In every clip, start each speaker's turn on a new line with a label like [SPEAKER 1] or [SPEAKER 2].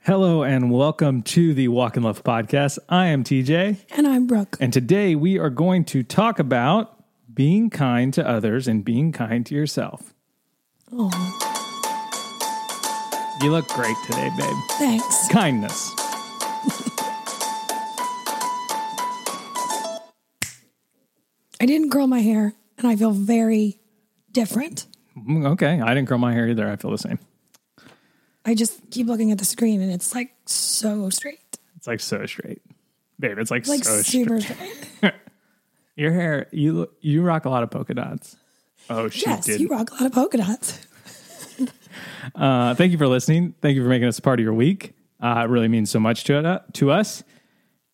[SPEAKER 1] Hello and welcome to the Walk in Love podcast. I am TJ,
[SPEAKER 2] And I'm Brooke.
[SPEAKER 1] and today we are going to talk about being kind to others and being kind to yourself. Oh. You look great today, babe.
[SPEAKER 2] Thanks.
[SPEAKER 1] Kindness.
[SPEAKER 2] I didn't curl my hair and I feel very different.
[SPEAKER 1] Mm, Okay, I didn't curl my hair either. I feel the same.
[SPEAKER 2] I just keep looking at the screen and it's like so straight.
[SPEAKER 1] It's like so straight, babe. It's like,
[SPEAKER 2] Like
[SPEAKER 1] so straight.
[SPEAKER 2] super straight.
[SPEAKER 1] Your hair, you look- you rock a lot of polka dots. Oh, she
[SPEAKER 2] Yes,
[SPEAKER 1] did.
[SPEAKER 2] you rock a lot of polka dots.
[SPEAKER 1] Uh, thank you for listening. Thank you for making us a part of your week. Uh, it really means so much to, it, to us.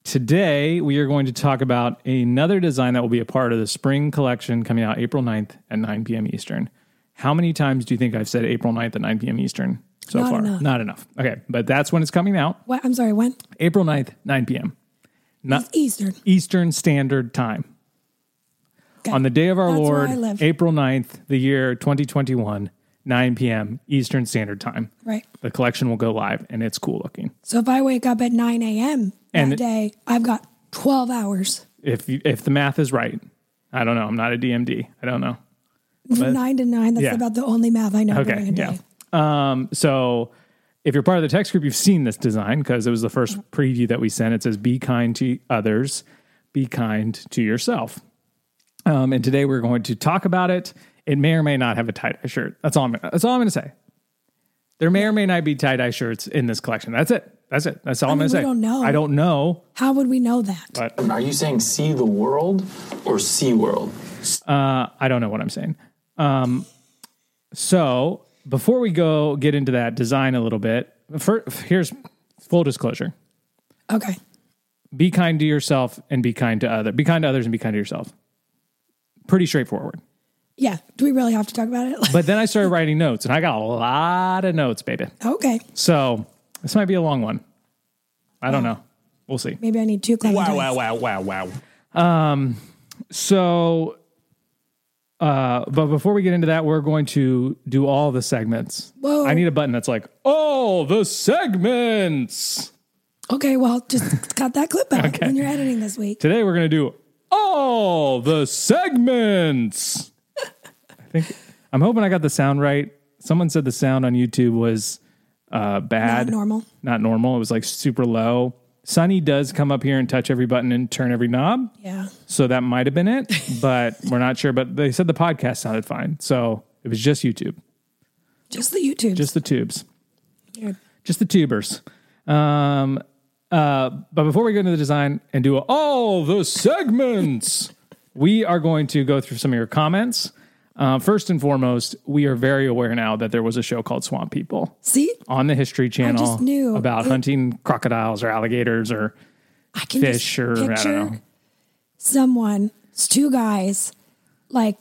[SPEAKER 1] Today, we are going to talk about another design that will be a part of the spring collection coming out April 9th at 9 p.m. Eastern. How many times do you think I've said April 9th at 9 p.m. Eastern so
[SPEAKER 2] Not
[SPEAKER 1] far?
[SPEAKER 2] enough.
[SPEAKER 1] Not enough. Okay, but that's when it's coming out
[SPEAKER 2] What? I'm sorry, when?
[SPEAKER 1] April 9th, 9 p.m. Not
[SPEAKER 2] Eastern.
[SPEAKER 1] Eastern Standard Time.
[SPEAKER 2] Okay.
[SPEAKER 1] On the day of our
[SPEAKER 2] That's where
[SPEAKER 1] Lord,
[SPEAKER 2] I live.
[SPEAKER 1] April 9th, the year 2021, 9 p.m. Eastern Standard Time.
[SPEAKER 2] Right.
[SPEAKER 1] The collection will go live and it's cool looking.
[SPEAKER 2] So if I wake up at 9 a.m.
[SPEAKER 1] And-
[SPEAKER 2] that day, I've got 12 hours.
[SPEAKER 1] If you, if the math is right, I don't know. I'm not a DMD. I don't know.
[SPEAKER 2] From 9 to 9, that's
[SPEAKER 1] Yeah.
[SPEAKER 2] about the only math I know
[SPEAKER 1] Okay,
[SPEAKER 2] during a
[SPEAKER 1] yeah.
[SPEAKER 2] day.
[SPEAKER 1] Um, so if you're part of the text group, you've seen this design because it was the first preview that we sent. It says, "Be kind to others, be kind to yourself." Um, and today we're going to talk about it. It may or may not have a tie dye shirt. That's all. I'm, that's all I'm going to say. There may or may not be tie dye shirts in this collection. That's it. That's it. That's all I am
[SPEAKER 2] mean,
[SPEAKER 1] going to
[SPEAKER 2] we
[SPEAKER 1] say.
[SPEAKER 2] don't know.
[SPEAKER 1] I don't know.
[SPEAKER 2] How would we know that?
[SPEAKER 3] Are you saying see the world or sea world?
[SPEAKER 1] I don't know what I'm saying. Um, so before we go get into that design a little bit, fir- here's full disclosure:
[SPEAKER 2] Okay.
[SPEAKER 1] be kind to yourself and be kind to other. Be kind to others and be kind to yourself. Pretty straightforward.
[SPEAKER 2] Yeah. Do we really have to talk about it?
[SPEAKER 1] But then I started writing notes, and I got a lot of notes, baby.
[SPEAKER 2] okay.
[SPEAKER 1] So this might be a long one. I don't know. We'll see.
[SPEAKER 2] Maybe I need two classes.
[SPEAKER 3] wow, wow, wow.
[SPEAKER 1] Um, So, uh, but before we get into that, we're going to do all the segments.
[SPEAKER 2] Whoa.
[SPEAKER 1] I need a button that's like all the segments.
[SPEAKER 2] Okay, well, just cut that clip out when you're editing this week.
[SPEAKER 1] Today we're going to do all the segments. I think I'm hoping I got the sound right. Someone said the sound on YouTube was uh, bad,
[SPEAKER 2] Not normal.
[SPEAKER 1] not normal. It was like super low. Sunny does come up here and touch every button and turn every knob.
[SPEAKER 2] Yeah.
[SPEAKER 1] So that might have been it, but we're not sure. But they said the podcast sounded fine. So it was just YouTube,
[SPEAKER 2] Just the YouTube.
[SPEAKER 1] just the tubes,
[SPEAKER 2] Weird.
[SPEAKER 1] just the tubers. Um, uh, but before we go into the design and do all the segments, we are going to go through some of your comments. Uh, first and foremost, we are very aware now that there was a show called Swamp People
[SPEAKER 2] See?
[SPEAKER 1] on the History Channel
[SPEAKER 2] knew.
[SPEAKER 1] about hunting crocodiles or alligators or
[SPEAKER 2] I can just
[SPEAKER 1] fish or I
[SPEAKER 2] picture
[SPEAKER 1] don't know.
[SPEAKER 2] someone, it's two guys, like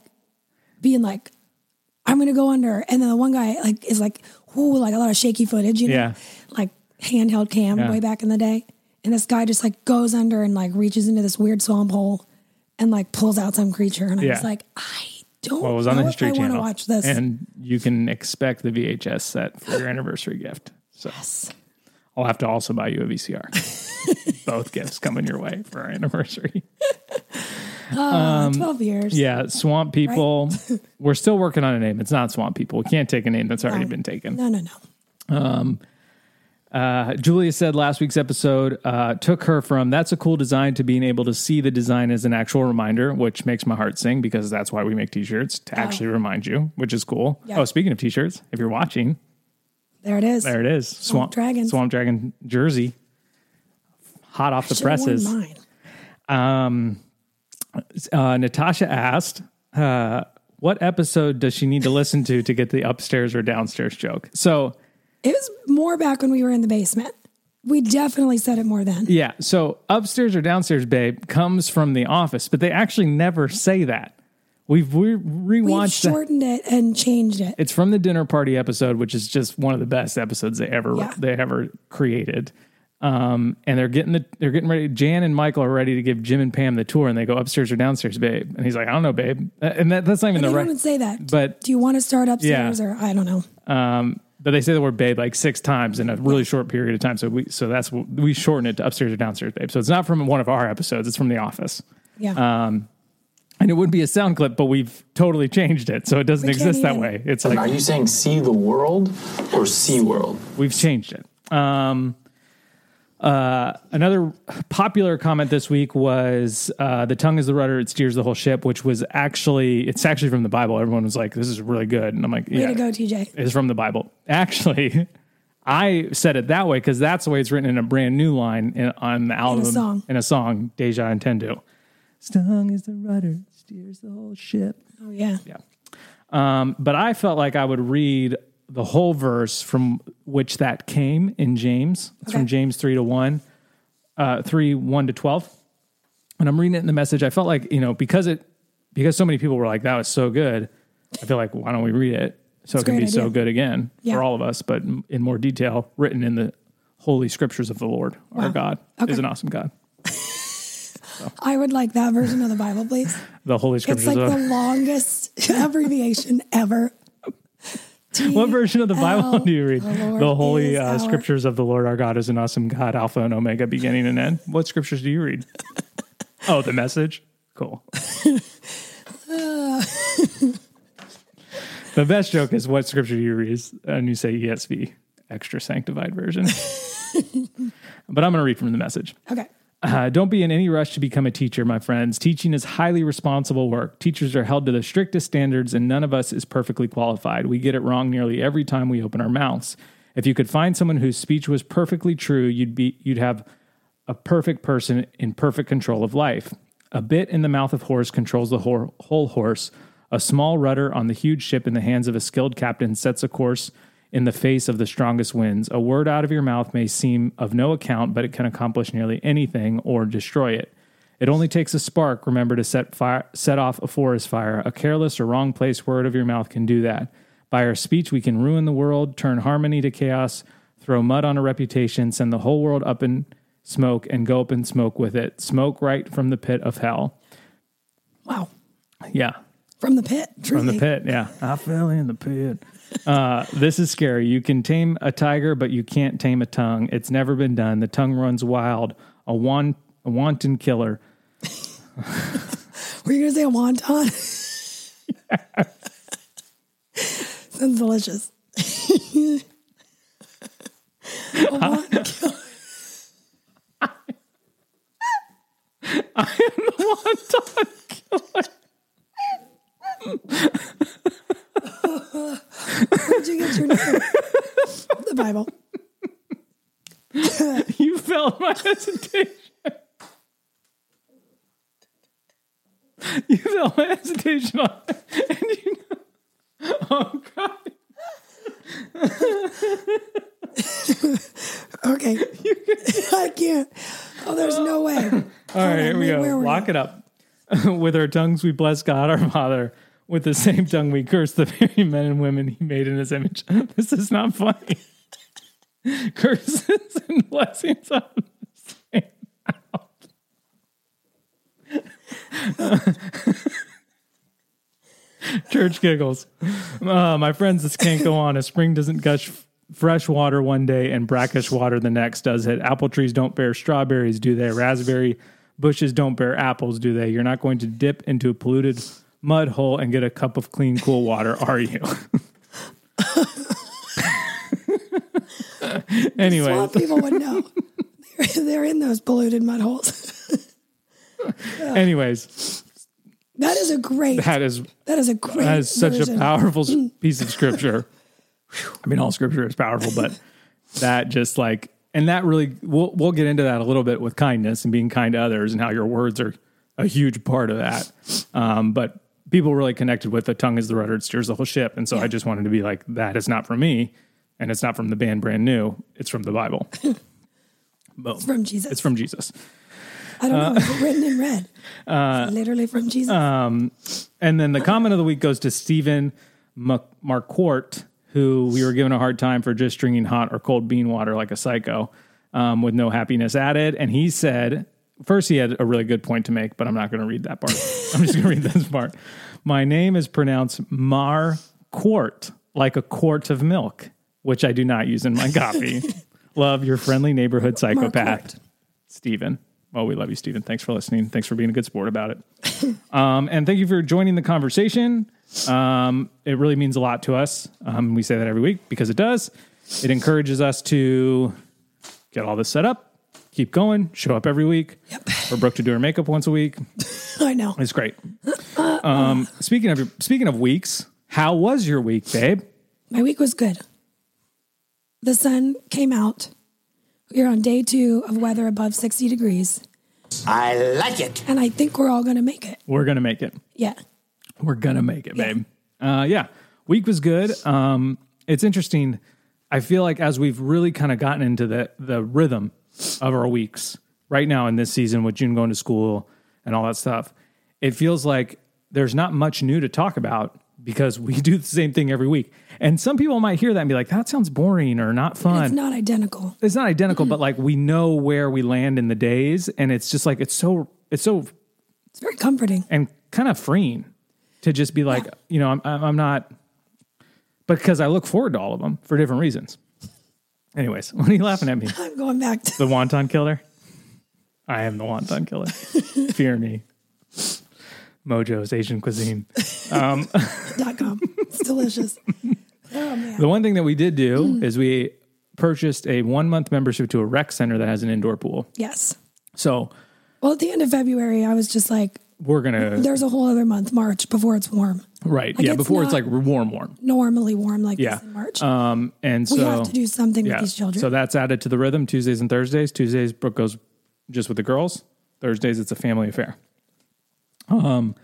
[SPEAKER 2] being like, I'm gonna go under. And then the one guy like is like, ooh, like a lot of shaky footage, you know?
[SPEAKER 1] Yeah.
[SPEAKER 2] Like handheld cam
[SPEAKER 1] Yeah.
[SPEAKER 2] way back in the day. And this guy just like goes under and like reaches into this weird swamp hole and like pulls out some creature. And I
[SPEAKER 1] Yeah.
[SPEAKER 2] was like, I don't
[SPEAKER 1] Well, it was on the
[SPEAKER 2] know
[SPEAKER 1] History
[SPEAKER 2] if I
[SPEAKER 1] Channel.
[SPEAKER 2] wanna watch this.
[SPEAKER 1] and you can expect the VHS set for your anniversary gift. So I'll have to also buy you a VCR. Both gifts coming your way for our anniversary.
[SPEAKER 2] Uh, 12 years.
[SPEAKER 1] um, Yeah, Swamp People. We're still working on a name. It's not Swamp People. We can't take a name that's already been taken.
[SPEAKER 2] Oh. No, no, no.
[SPEAKER 1] Uh, Julia said last week's episode uh, took her from that's a cool design to being able to see the design as an actual reminder, which makes my heart sing because that's why we make t shirts to actually remind you, which is cool.
[SPEAKER 2] Oh. Yeah.
[SPEAKER 1] Oh, speaking of t shirts, if you're watching,
[SPEAKER 2] There it is.
[SPEAKER 1] There it is. Swamp,
[SPEAKER 2] Dragons.
[SPEAKER 1] Swamp Dragon jersey. Hot off the
[SPEAKER 2] Should've worn
[SPEAKER 1] presses.
[SPEAKER 2] mine.
[SPEAKER 1] Uh, Natasha asked, uh, what episode does she need to listen to to get the upstairs or downstairs joke? So,
[SPEAKER 2] It was more back when we were in the basement. We definitely said it more then.
[SPEAKER 1] yeah. So, upstairs or downstairs, babe, comes from the office, but they actually never say that. We've we
[SPEAKER 2] We've
[SPEAKER 1] rewatched that.
[SPEAKER 2] shortened it and changed it.
[SPEAKER 1] It's from the dinner party episode, which is just one of the best episodes they ever
[SPEAKER 2] Yeah.
[SPEAKER 1] they ever created. Um, and they're getting the they're getting ready. Jan and Michael are ready to give Jim and Pam the tour, and they go upstairs or downstairs, babe. And he's like, I don't know, babe. Uh, And that, that's not even
[SPEAKER 2] they
[SPEAKER 1] the
[SPEAKER 2] don't
[SPEAKER 1] right.
[SPEAKER 2] even say that.
[SPEAKER 1] But
[SPEAKER 2] do you want to start upstairs or I don't know?
[SPEAKER 1] But they say the word babe like six times in a really short period of time. So we so that's we shorten it to upstairs or downstairs babe. So it's not from one of our episodes. It's from The Office.
[SPEAKER 2] Yeah.
[SPEAKER 1] Uh, And it would be a sound clip, but we've totally changed it. So it doesn't
[SPEAKER 2] We can't
[SPEAKER 1] exist that
[SPEAKER 2] even-
[SPEAKER 1] way. It's
[SPEAKER 3] Are
[SPEAKER 1] like
[SPEAKER 3] you saying see the world or sea world?
[SPEAKER 1] we've changed it. Um, uh, another popular comment this week was uh, the tongue is the rudder; it steers the whole ship, which was actually it's actually from the Bible. Everyone was like, "This is really good," and I'm like,
[SPEAKER 2] Way
[SPEAKER 1] "Yeah,
[SPEAKER 2] to go, TJ.
[SPEAKER 1] is from the Bible. Actually, I said it that way because that's the way it's written in a brand new line in, on the album
[SPEAKER 2] song.
[SPEAKER 1] in a song, Deja Intendo. Stung is the rudder, steers the whole ship.
[SPEAKER 2] Oh yeah.
[SPEAKER 1] Um, but I felt like I would read the whole verse from which that came in James. It's from
[SPEAKER 2] Okay.
[SPEAKER 1] James 3 to 1, uh, 3, 1 to 12. And I'm reading it in the message. I felt like, you know, because it, because so many people were like, that was so good. I feel like, why don't we read it? So it
[SPEAKER 2] a
[SPEAKER 1] can be
[SPEAKER 2] great
[SPEAKER 1] so
[SPEAKER 2] idea.
[SPEAKER 1] good again
[SPEAKER 2] Yeah.
[SPEAKER 1] for all of us, but m- in more detail, written in the holy scriptures of the Lord. Our God
[SPEAKER 2] Okay.
[SPEAKER 1] is an awesome God.
[SPEAKER 2] I would like that version of the Bible, please.
[SPEAKER 1] The holy
[SPEAKER 2] It's
[SPEAKER 1] scriptures
[SPEAKER 2] like
[SPEAKER 1] of
[SPEAKER 2] the longest abbreviation ever.
[SPEAKER 1] What version of the Bible do you read?
[SPEAKER 2] Oh, the Lord
[SPEAKER 1] The holy
[SPEAKER 2] is
[SPEAKER 1] uh,
[SPEAKER 2] our-
[SPEAKER 1] scriptures of the Lord our God is an awesome God, Alpha and Omega, beginning and end. What scriptures do you read? oh, the message? Cool. the best joke is what scripture do you read? And you say ESV, extra sanctified version. but I'm going to read from the message.
[SPEAKER 2] Okay.
[SPEAKER 1] Uh, don't be in any rush to become a teacher, my friends. Teaching is highly responsible work. Teachers are held to the strictest standards, and none of us is perfectly qualified. We get it wrong nearly every time we open our mouths. If you could find someone whose speech was perfectly true, you'd be you'd have a perfect person in perfect control of life. A bit in the mouth of horse controls the whole, whole horse. A small rudder on the huge ship in the hands of a skilled captain sets a course in the face of the strongest winds. A word out of your mouth may seem of no account, but it can accomplish nearly anything or destroy it. It only takes a spark, remember, to set fire, set off a forest fire. A careless or wrong place word of your mouth can do that. By our speech, we can ruin the world, turn harmony to chaos, throw mud on a reputation, send the whole world up in smoke, and go up in smoke with it. Smoke right from the pit of hell.
[SPEAKER 2] Wow.
[SPEAKER 1] Yeah,
[SPEAKER 2] From the pit. Truly.
[SPEAKER 1] from the pit. Yeah, I fell in the pit. Uh, this is scary. You can tame a tiger, but you can't tame a tongue. It's never been done. The tongue runs wild. A, wan- a wanton killer.
[SPEAKER 2] Were you gonna say a wonton? Sounds delicious. a wan- Where'd you get your name? the Bible.
[SPEAKER 1] You felt my hesitation. You felt my hesitation on and you know, Oh god,
[SPEAKER 2] Okay. I can't. Oh, there's no way.
[SPEAKER 1] All right, here we
[SPEAKER 2] wait, where
[SPEAKER 1] go.
[SPEAKER 2] were
[SPEAKER 1] Lock it up. With our tongues we bless God our Father. With the same tongue we curse the very men and women he made in his image. This is not funny. Curses and blessings on the same mouth. Church giggles. Uh, my friends, this can't go on. A spring doesn't gush f- fresh water one day and brackish water the next, does it? Apple trees don't bear strawberries, do they? Raspberry bushes don't bear apples, do they? You're not going to dip into a polluted mud hole and get a cup of clean, cool water, are you? anyway,
[SPEAKER 2] Swamp people would know. They're, they're in those polluted mud holes.
[SPEAKER 1] anyways,
[SPEAKER 2] That is a great.
[SPEAKER 1] that is
[SPEAKER 2] That is a great.
[SPEAKER 1] that is such a
[SPEAKER 2] version.
[SPEAKER 1] powerful s- piece of scripture. I mean, all scripture is powerful, but that just like, and that really, we'll, we'll get into that a little bit with kindness and being kind to others and how your words are a huge part of that. Um, but people really connected with the tongue is the rudder, it steers the whole ship. And so I just wanted to be like, that is not from me. And it's not from the band brand new. It's from the Bible. Boom. It's
[SPEAKER 2] from Jesus.
[SPEAKER 1] It's uh, from Jesus.
[SPEAKER 2] I don't know. Is it written in red?
[SPEAKER 1] uh,
[SPEAKER 2] It's literally from Jesus.
[SPEAKER 1] And then the comment of the week goes to Stephen Mar- Marquardt, who we were given a hard time for just drinking hot or cold bean water like a psycho um, with no happiness added. And he said, first, he had a really good point to make, but I'm not going to read that part. I'm just going to read this part. My name is pronounced Marquardt, like a quart of milk. which I do not use in my copy. love your friendly neighborhood psychopath, Stephen. Oh, we love you, Stephen. Thanks for listening. Thanks for being a good sport about it. um, and thank you for joining the conversation. Um, it really means a lot to us. Um, we say that every week because it does. It encourages us to get all this set up, keep going, show up every week. Yep. For Brooke to do her makeup once a week.
[SPEAKER 2] I know.
[SPEAKER 1] It's great. Um, speaking of your, speaking of weeks, how was your week, babe?
[SPEAKER 2] My week was good. The sun came out. We are on day two of weather above 60 degrees,
[SPEAKER 4] I like it.
[SPEAKER 2] and I think we're all going to make it.
[SPEAKER 1] We're gonna make it.
[SPEAKER 2] Yeah.
[SPEAKER 1] We're gonna make it, babe. Uh, yeah, week was good. Um, it's interesting. I feel like as we've really kind of gotten into the the rhythm of our weeks right now in this season with June going to school and all that stuff, it feels like there's not much new to talk about because we do the same thing every week. And some people might hear that and be like, "That sounds boring or not fun."
[SPEAKER 2] It's not Mm-hmm. identical.
[SPEAKER 1] it's not identical, but like we know where we land in the days, and it's just like it's so it's so
[SPEAKER 2] It's very comforting.
[SPEAKER 1] and kind of freeing to just be like, you know, I'm I'm I'm not because I look forward to all of them for different reasons. Anyways, what are you laughing at me?
[SPEAKER 2] I'm going back to
[SPEAKER 1] The wonton killer. I am the wonton killer. Fear me. Mojo's Asian cuisine.
[SPEAKER 2] dot com. It's delicious. Oh, man.
[SPEAKER 1] The one thing that we did do is we purchased a one month membership to a rec center that has an indoor pool.
[SPEAKER 2] Yes.
[SPEAKER 1] So
[SPEAKER 2] Well, at the end of February, I was just like,
[SPEAKER 1] we're gonna
[SPEAKER 2] there's a whole other month, March, before it's warm.
[SPEAKER 1] right.
[SPEAKER 2] Like,
[SPEAKER 1] yeah,
[SPEAKER 2] it's
[SPEAKER 1] before it's
[SPEAKER 2] not-
[SPEAKER 1] like warm, warm.
[SPEAKER 2] Normally warm like
[SPEAKER 1] Yeah.
[SPEAKER 2] this in March.
[SPEAKER 1] Um, and so
[SPEAKER 2] we have to do something with these children.
[SPEAKER 1] So that's added to the rhythm Tuesdays and Thursdays. Tuesdays, Brooke goes just with the girls. Thursdays, it's a family affair. Um,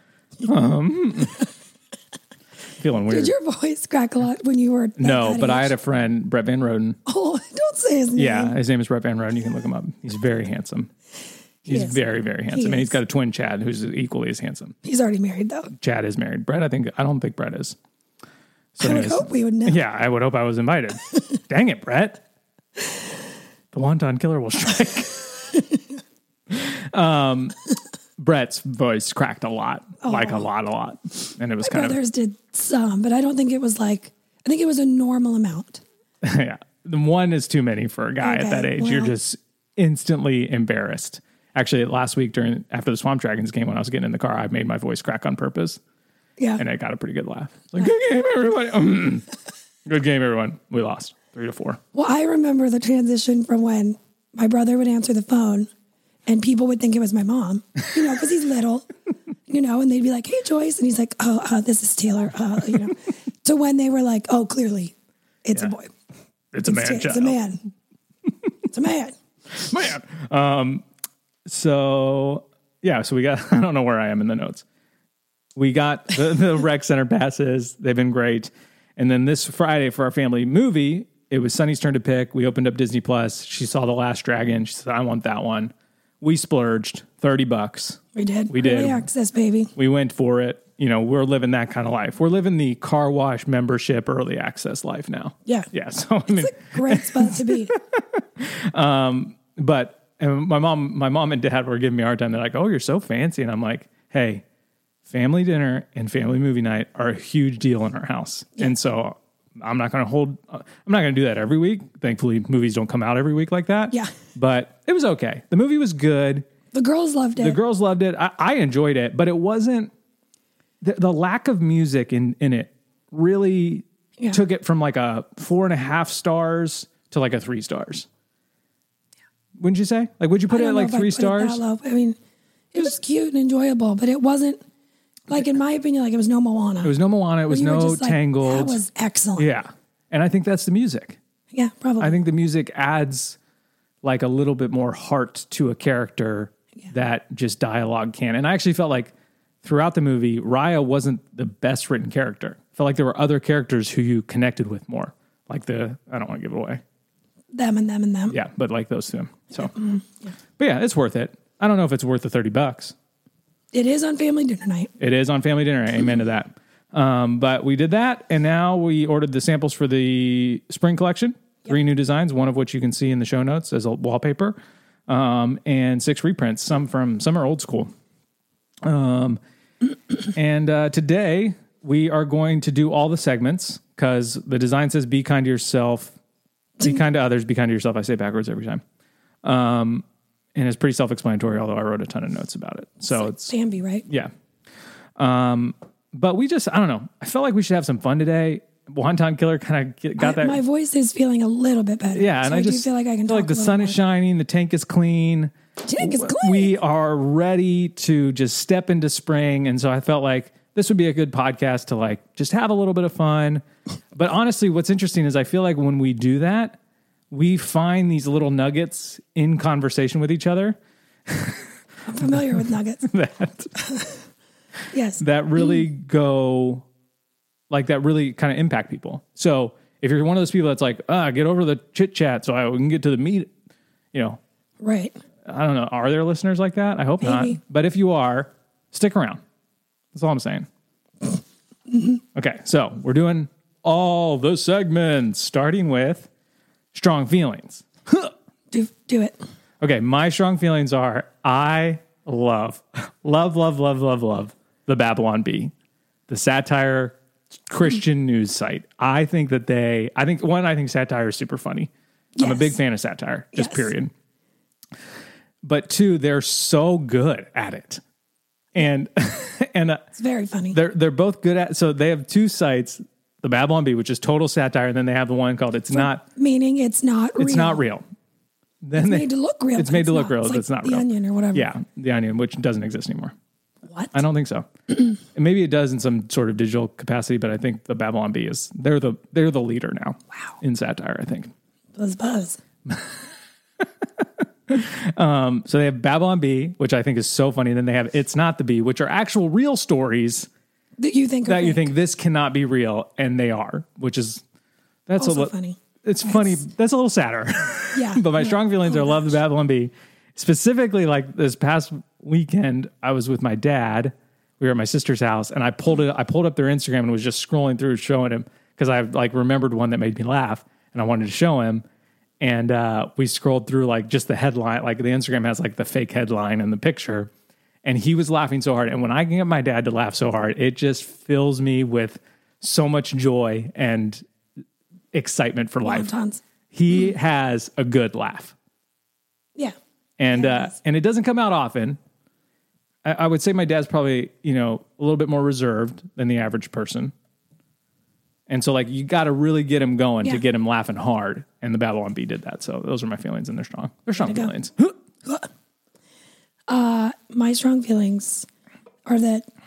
[SPEAKER 1] um, feeling weird.
[SPEAKER 2] Did your voice crack a lot when you were? that
[SPEAKER 1] no,
[SPEAKER 2] cutting
[SPEAKER 1] but I
[SPEAKER 2] edge?
[SPEAKER 1] had a friend, Brett Van Roden.
[SPEAKER 2] Oh, don't say his name.
[SPEAKER 1] Yeah, his name is Brett Van Roden. You can look him up. He's very handsome. He's
[SPEAKER 2] is.
[SPEAKER 1] very, very handsome. and he's
[SPEAKER 2] is.
[SPEAKER 1] got a twin, Chad, who's equally as handsome.
[SPEAKER 2] He's already married though.
[SPEAKER 1] Chad is married. Brett, I think, I don't think Brett is. So
[SPEAKER 2] I would
[SPEAKER 1] anyways-
[SPEAKER 2] hope we would know.
[SPEAKER 1] Yeah, I would hope I was invited. Dang it, Brett. The wonton killer will strike. um, Brett's voice cracked a lot,
[SPEAKER 2] Oh.
[SPEAKER 1] like a lot, a lot. And it was kind
[SPEAKER 2] Brothers did some, but I don't think it was like. I think it was a normal amount.
[SPEAKER 1] of, yeah. The One is too many for a guy
[SPEAKER 2] Okay,
[SPEAKER 1] at that age. You're
[SPEAKER 2] well.
[SPEAKER 1] just instantly embarrassed. Actually, last week during after the Swamp Dragons game, when I was getting in the car, I made my voice crack on purpose.
[SPEAKER 2] Yeah.
[SPEAKER 1] and I got a pretty good laugh. It's Like, good game, everybody. Mm. good game, everyone. We lost three to four.
[SPEAKER 2] well, I remember the transition from when my brother would answer the phone, and people would think it was my mom, you know, because he's little, you know, and they'd be like, "Hey, Joyce," and he's like, "Oh, uh, this is Taylor," uh, you know, to when they were like, "Oh, clearly, it's
[SPEAKER 1] Yeah.
[SPEAKER 2] a boy,
[SPEAKER 1] It's a man,
[SPEAKER 2] it's,
[SPEAKER 1] child.
[SPEAKER 2] a man, it's a man."
[SPEAKER 1] man. Um, so yeah, so we got. I don't know where I am in the notes. We got the, the rec center passes. They've been great. And then this Friday for our family movie, it was Sunny's turn to pick. We opened up Disney Plus. She saw The Last Dragon. She said, "I want that one." We splurged thirty bucks.
[SPEAKER 2] We did.
[SPEAKER 1] We did.
[SPEAKER 2] Early access, baby.
[SPEAKER 1] We went for it. You know, we're living that kind of life. We're living the car wash membership early access life now.
[SPEAKER 2] Yeah.
[SPEAKER 1] Yeah. So I mean,
[SPEAKER 2] Great spot to be.
[SPEAKER 1] but and my mom, my mom and dad were giving me a hard time. They're like, "Oh, you're so fancy," and I'm like, "Hey, family dinner and family movie night are a huge deal in our house, and so I'm not going to hold. I'm not going to do that every week. Thankfully, movies don't come out every week like that.
[SPEAKER 2] Yeah.
[SPEAKER 1] but it was okay. The movie was good.
[SPEAKER 2] The girls loved it.
[SPEAKER 1] The girls loved it. I, I enjoyed it, but it wasn't the, the lack of music in in it really
[SPEAKER 2] Yeah.
[SPEAKER 1] took it from like a four and a half stars to like a three stars. Wouldn't you say? Like, would you put
[SPEAKER 2] I
[SPEAKER 1] it
[SPEAKER 2] don't
[SPEAKER 1] at
[SPEAKER 2] know
[SPEAKER 1] like
[SPEAKER 2] if I'd
[SPEAKER 1] three
[SPEAKER 2] put it that
[SPEAKER 1] stars?
[SPEAKER 2] low. I mean, it was cute and enjoyable, but it wasn't like in my opinion, like it was no Moana.
[SPEAKER 1] It was no Moana. It was no Tangled.
[SPEAKER 2] That was excellent. Yeah,
[SPEAKER 1] yeah, and I think that's the music.
[SPEAKER 2] probably.
[SPEAKER 1] I think the music adds like a little bit more heart to a character that just dialogue can. And I actually felt like throughout the movie, Raya wasn't the best written character. I felt like there were other characters who you connected with more. Like the I don't want to give it away.
[SPEAKER 2] them and them and them.
[SPEAKER 1] Yeah, but like those two. So But yeah, it's worth it. I don't know if it's worth the 30 bucks.
[SPEAKER 2] It is on family dinner night.
[SPEAKER 1] It is on family dinner. Amen to that. Um, but we did that, and now we ordered the samples for the spring collection. Three new designs, one of which you can see in the show notes as a wallpaper, um, and six reprints. Some from some are old school. Um, and uh, today we are going to do all the segments because the design says be kind to yourself, be kind to others, be kind to yourself. I say it backwards every time. Um, and it's pretty self explanatory, although I wrote a ton of notes about it. So it's,
[SPEAKER 2] Bambi, right?
[SPEAKER 1] yeah. Um, but we just, I don't know. I felt like we should have some fun today. Wonton Killer kind of got
[SPEAKER 2] I-
[SPEAKER 1] that.
[SPEAKER 2] my voice is feeling a little bit better.
[SPEAKER 1] yeah.
[SPEAKER 2] so
[SPEAKER 1] And I, just
[SPEAKER 2] do feel like I can.
[SPEAKER 1] feel
[SPEAKER 2] talk
[SPEAKER 1] like the
[SPEAKER 2] a little
[SPEAKER 1] sun is
[SPEAKER 2] more.
[SPEAKER 1] shining, the tank is clean.
[SPEAKER 2] Tank is
[SPEAKER 1] W-
[SPEAKER 2] clean.
[SPEAKER 1] We are ready to just step into spring. And so I felt like this would be a good podcast to like just have a little bit of fun. But honestly, what's interesting is I feel like when we do that, we find these little nuggets in conversation with each other
[SPEAKER 2] I'm familiar with nuggets.
[SPEAKER 1] that
[SPEAKER 2] Yes.
[SPEAKER 1] that really go like that really kind of impact people. So if you're one of those people that's like, ah, get over the chit chat so I can get to the meat, you know,
[SPEAKER 2] right.
[SPEAKER 1] I don't know. Are there listeners like that? I hope not.
[SPEAKER 2] Maybe.
[SPEAKER 1] But if you are, stick around. That's all I'm saying. Okay, so we're doing all the segments, starting with strong feelings.
[SPEAKER 2] Do do it.
[SPEAKER 1] Okay, my strong feelings are I love, love, love, love, love, love the Babylon Bee, the satire
[SPEAKER 2] Hmm.
[SPEAKER 1] Christian news site. I think that they, I think, one, I think satire is super funny. I'm a
[SPEAKER 2] Yes.
[SPEAKER 1] big fan of satire, just
[SPEAKER 2] Yes.
[SPEAKER 1] period. But two, they're so good at it. And, and, uh,
[SPEAKER 2] It's very funny.
[SPEAKER 1] they're they're both good at so they have two sites the babylon bee which is total satire and then they have the one called it's not
[SPEAKER 2] Meaning it's not.
[SPEAKER 1] it's not real then
[SPEAKER 2] It's
[SPEAKER 1] they,
[SPEAKER 2] made to look real.
[SPEAKER 1] it's
[SPEAKER 2] but
[SPEAKER 1] made to look
[SPEAKER 2] not.
[SPEAKER 1] real
[SPEAKER 2] It's
[SPEAKER 1] but
[SPEAKER 2] like
[SPEAKER 1] it's not
[SPEAKER 2] the
[SPEAKER 1] real
[SPEAKER 2] onion or whatever.
[SPEAKER 1] yeah the onion which doesn't exist anymore
[SPEAKER 2] What?
[SPEAKER 1] i don't think so and maybe it does in some sort of digital capacity but i think the babylon bee is they're the they're the leader now
[SPEAKER 2] Wow.
[SPEAKER 1] in satire i think
[SPEAKER 2] Buzz buzz.
[SPEAKER 1] so they have babylon bee which i think is so funny then they have it's not the bee which are actual real stories
[SPEAKER 2] That you think. are
[SPEAKER 1] that you
[SPEAKER 2] fake.
[SPEAKER 1] think this cannot be real and they are which is that's
[SPEAKER 2] Also
[SPEAKER 1] a li-
[SPEAKER 2] funny.
[SPEAKER 1] it's funny that's a little sadder
[SPEAKER 2] Yeah.
[SPEAKER 1] but my
[SPEAKER 2] Yeah.
[SPEAKER 1] strong feelings
[SPEAKER 2] Oh,
[SPEAKER 1] are love the babylon bee specifically like this past weekend i was with my dad we were at my sister's house and i pulled it i pulled up their instagram and was just scrolling through showing him because i like remembered one that made me laugh and i wanted to show him and uh, we scrolled through like just the headline like the instagram has like the fake headline and the picture and he was laughing so hard and when i can get my dad to laugh so hard it just fills me with so much joy and excitement for life
[SPEAKER 2] Wontons.
[SPEAKER 1] he
[SPEAKER 2] Hmm.
[SPEAKER 1] has a good laugh
[SPEAKER 2] Yeah.
[SPEAKER 1] and
[SPEAKER 2] Yeah,
[SPEAKER 1] uh,
[SPEAKER 2] yes.
[SPEAKER 1] and it doesn't come out often. I, I would say my dad's probably you know a little bit more reserved than the average person, and so like you got to really get him going to
[SPEAKER 2] Yeah.
[SPEAKER 1] get him laughing hard. And the Babylon Bee did that, so those are my feelings, and they're strong. They're strong
[SPEAKER 2] Way to go. Uh,
[SPEAKER 1] feelings.
[SPEAKER 2] my strong feelings are that I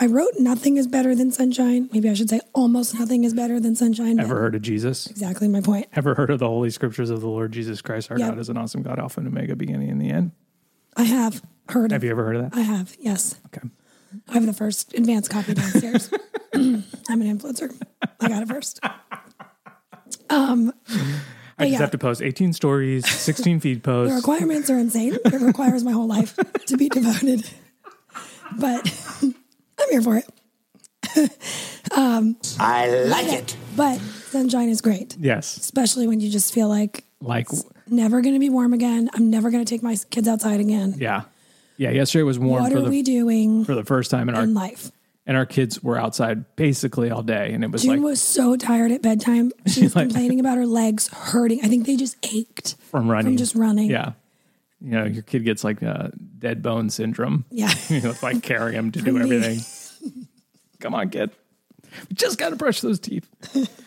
[SPEAKER 2] I wrote nothing is better than sunshine. Maybe I should say almost nothing is better than sunshine. but
[SPEAKER 1] Ever heard of Jesus?
[SPEAKER 2] Exactly my point.
[SPEAKER 1] Ever heard of the Holy Scriptures of the Lord Jesus Christ? Our
[SPEAKER 2] Yep.
[SPEAKER 1] God is an awesome God, Alpha and Omega, beginning and the end.
[SPEAKER 2] I have heard.
[SPEAKER 1] Have you ever heard of that?
[SPEAKER 2] I have. Yes.
[SPEAKER 1] Okay.
[SPEAKER 2] I have the first advanced copy downstairs. I'm an influencer. I got it first. Um,
[SPEAKER 1] I just
[SPEAKER 2] yeah.
[SPEAKER 1] have to post 18 stories, 16 feed
[SPEAKER 2] The
[SPEAKER 1] posts.
[SPEAKER 2] requirements are insane. It requires my whole life to be devoted, but I'm here for it.
[SPEAKER 4] I like it.
[SPEAKER 2] But sunshine is great,
[SPEAKER 1] Yes.
[SPEAKER 2] especially when you just feel like
[SPEAKER 1] Like,
[SPEAKER 2] never going to be warm again. I'm never going to take my kids outside again.
[SPEAKER 1] yeah. Yeah. Yesterday was warm
[SPEAKER 2] what
[SPEAKER 1] for
[SPEAKER 2] are
[SPEAKER 1] the
[SPEAKER 2] we doing
[SPEAKER 1] for the first time in our
[SPEAKER 2] in life?
[SPEAKER 1] and our kids were outside basically all day and it was
[SPEAKER 2] June
[SPEAKER 1] like
[SPEAKER 2] was so tired at bedtime. She was complaining about her legs hurting. I think they just ached
[SPEAKER 1] from running
[SPEAKER 2] just running.
[SPEAKER 1] yeah you know your kid gets like uh, dead bone syndrome
[SPEAKER 2] Yeah.
[SPEAKER 1] you know it's like carrying him to do
[SPEAKER 2] From me.
[SPEAKER 1] everything come on kid we just gotta brush those teeth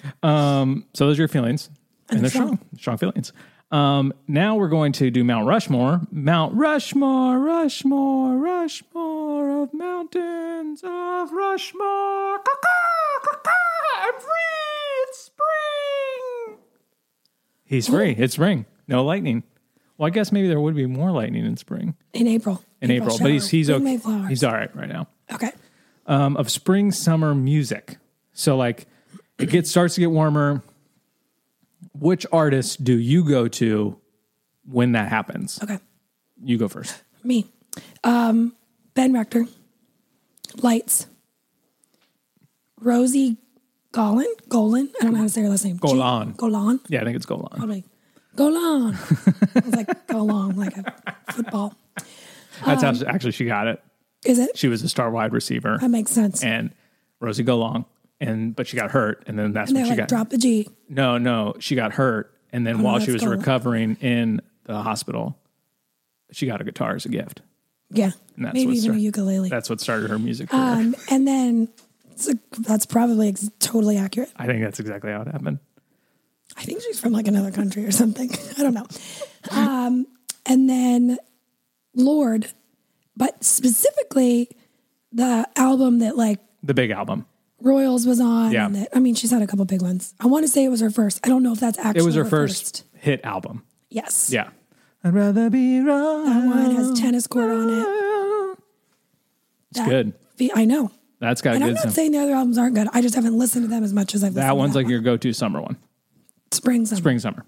[SPEAKER 1] um so those are your feelings and they're strong
[SPEAKER 2] strong.
[SPEAKER 1] strong feelings um now we're going to do mount rushmore mount rushmore rushmore rushmore of mountains of rushmore Caw-caw, caw-caw, i'm free it's spring he's free it's spring no lightning well i guess maybe there would be more lightning in spring
[SPEAKER 2] In April.
[SPEAKER 1] in April, but he's he's okay.
[SPEAKER 2] Mayflower.
[SPEAKER 1] He's all right right now.
[SPEAKER 2] okay.
[SPEAKER 1] Um, of spring summer music, so like it gets starts to get warmer. Which artists do you go to when that happens?
[SPEAKER 2] Okay.
[SPEAKER 1] You go first.
[SPEAKER 2] Me. Um, ben Rector. Lights. Rosie Golan. Golan. I don't know how to say her last name. G-
[SPEAKER 1] Golan.
[SPEAKER 2] Golan.
[SPEAKER 1] Yeah, I think it's Golan.
[SPEAKER 2] Probably. Golan. it's like go long, like a football.
[SPEAKER 1] That's how actually she got it.
[SPEAKER 2] Is it?
[SPEAKER 1] She was a star wide receiver,
[SPEAKER 2] That makes sense.
[SPEAKER 1] and Rosie Go Long, and but she got hurt, and then that's
[SPEAKER 2] And
[SPEAKER 1] when
[SPEAKER 2] they're
[SPEAKER 1] she
[SPEAKER 2] like,
[SPEAKER 1] got
[SPEAKER 2] drop the G.
[SPEAKER 1] no, no, she got hurt, and then while
[SPEAKER 2] that's
[SPEAKER 1] she was
[SPEAKER 2] cool.
[SPEAKER 1] recovering in the hospital, she got a guitar as a gift.
[SPEAKER 2] Yeah.
[SPEAKER 1] And that's
[SPEAKER 2] Maybe
[SPEAKER 1] what
[SPEAKER 2] even a
[SPEAKER 1] started-
[SPEAKER 2] ukulele.
[SPEAKER 1] That's what started her music career.
[SPEAKER 2] Um, and then so that's probably ex- totally accurate.
[SPEAKER 1] I think that's exactly how it happened.
[SPEAKER 2] I think she's from like another country or something. I don't know. Um, and then Lord, but specifically the album that like
[SPEAKER 1] The big album.
[SPEAKER 2] Royals was on.
[SPEAKER 1] Yeah.
[SPEAKER 2] And that, I mean, she's had a couple big ones. I want to say it was her first. I don't know if that's actually
[SPEAKER 1] It was her first hit album.
[SPEAKER 2] Yes.
[SPEAKER 1] Yeah. I'd rather be
[SPEAKER 2] That
[SPEAKER 1] wrong.
[SPEAKER 2] one has tennis court on it.
[SPEAKER 1] Oh. It's
[SPEAKER 2] That-
[SPEAKER 1] good.
[SPEAKER 2] Fe- I know.
[SPEAKER 1] That's got a
[SPEAKER 2] And I'm
[SPEAKER 1] good
[SPEAKER 2] not
[SPEAKER 1] sound.
[SPEAKER 2] saying the other albums aren't good. I just haven't listened to them as much as I've listened
[SPEAKER 1] That
[SPEAKER 2] to
[SPEAKER 1] one's
[SPEAKER 2] that
[SPEAKER 1] like your go to summer one.
[SPEAKER 2] spring summer.
[SPEAKER 1] Spring, summer.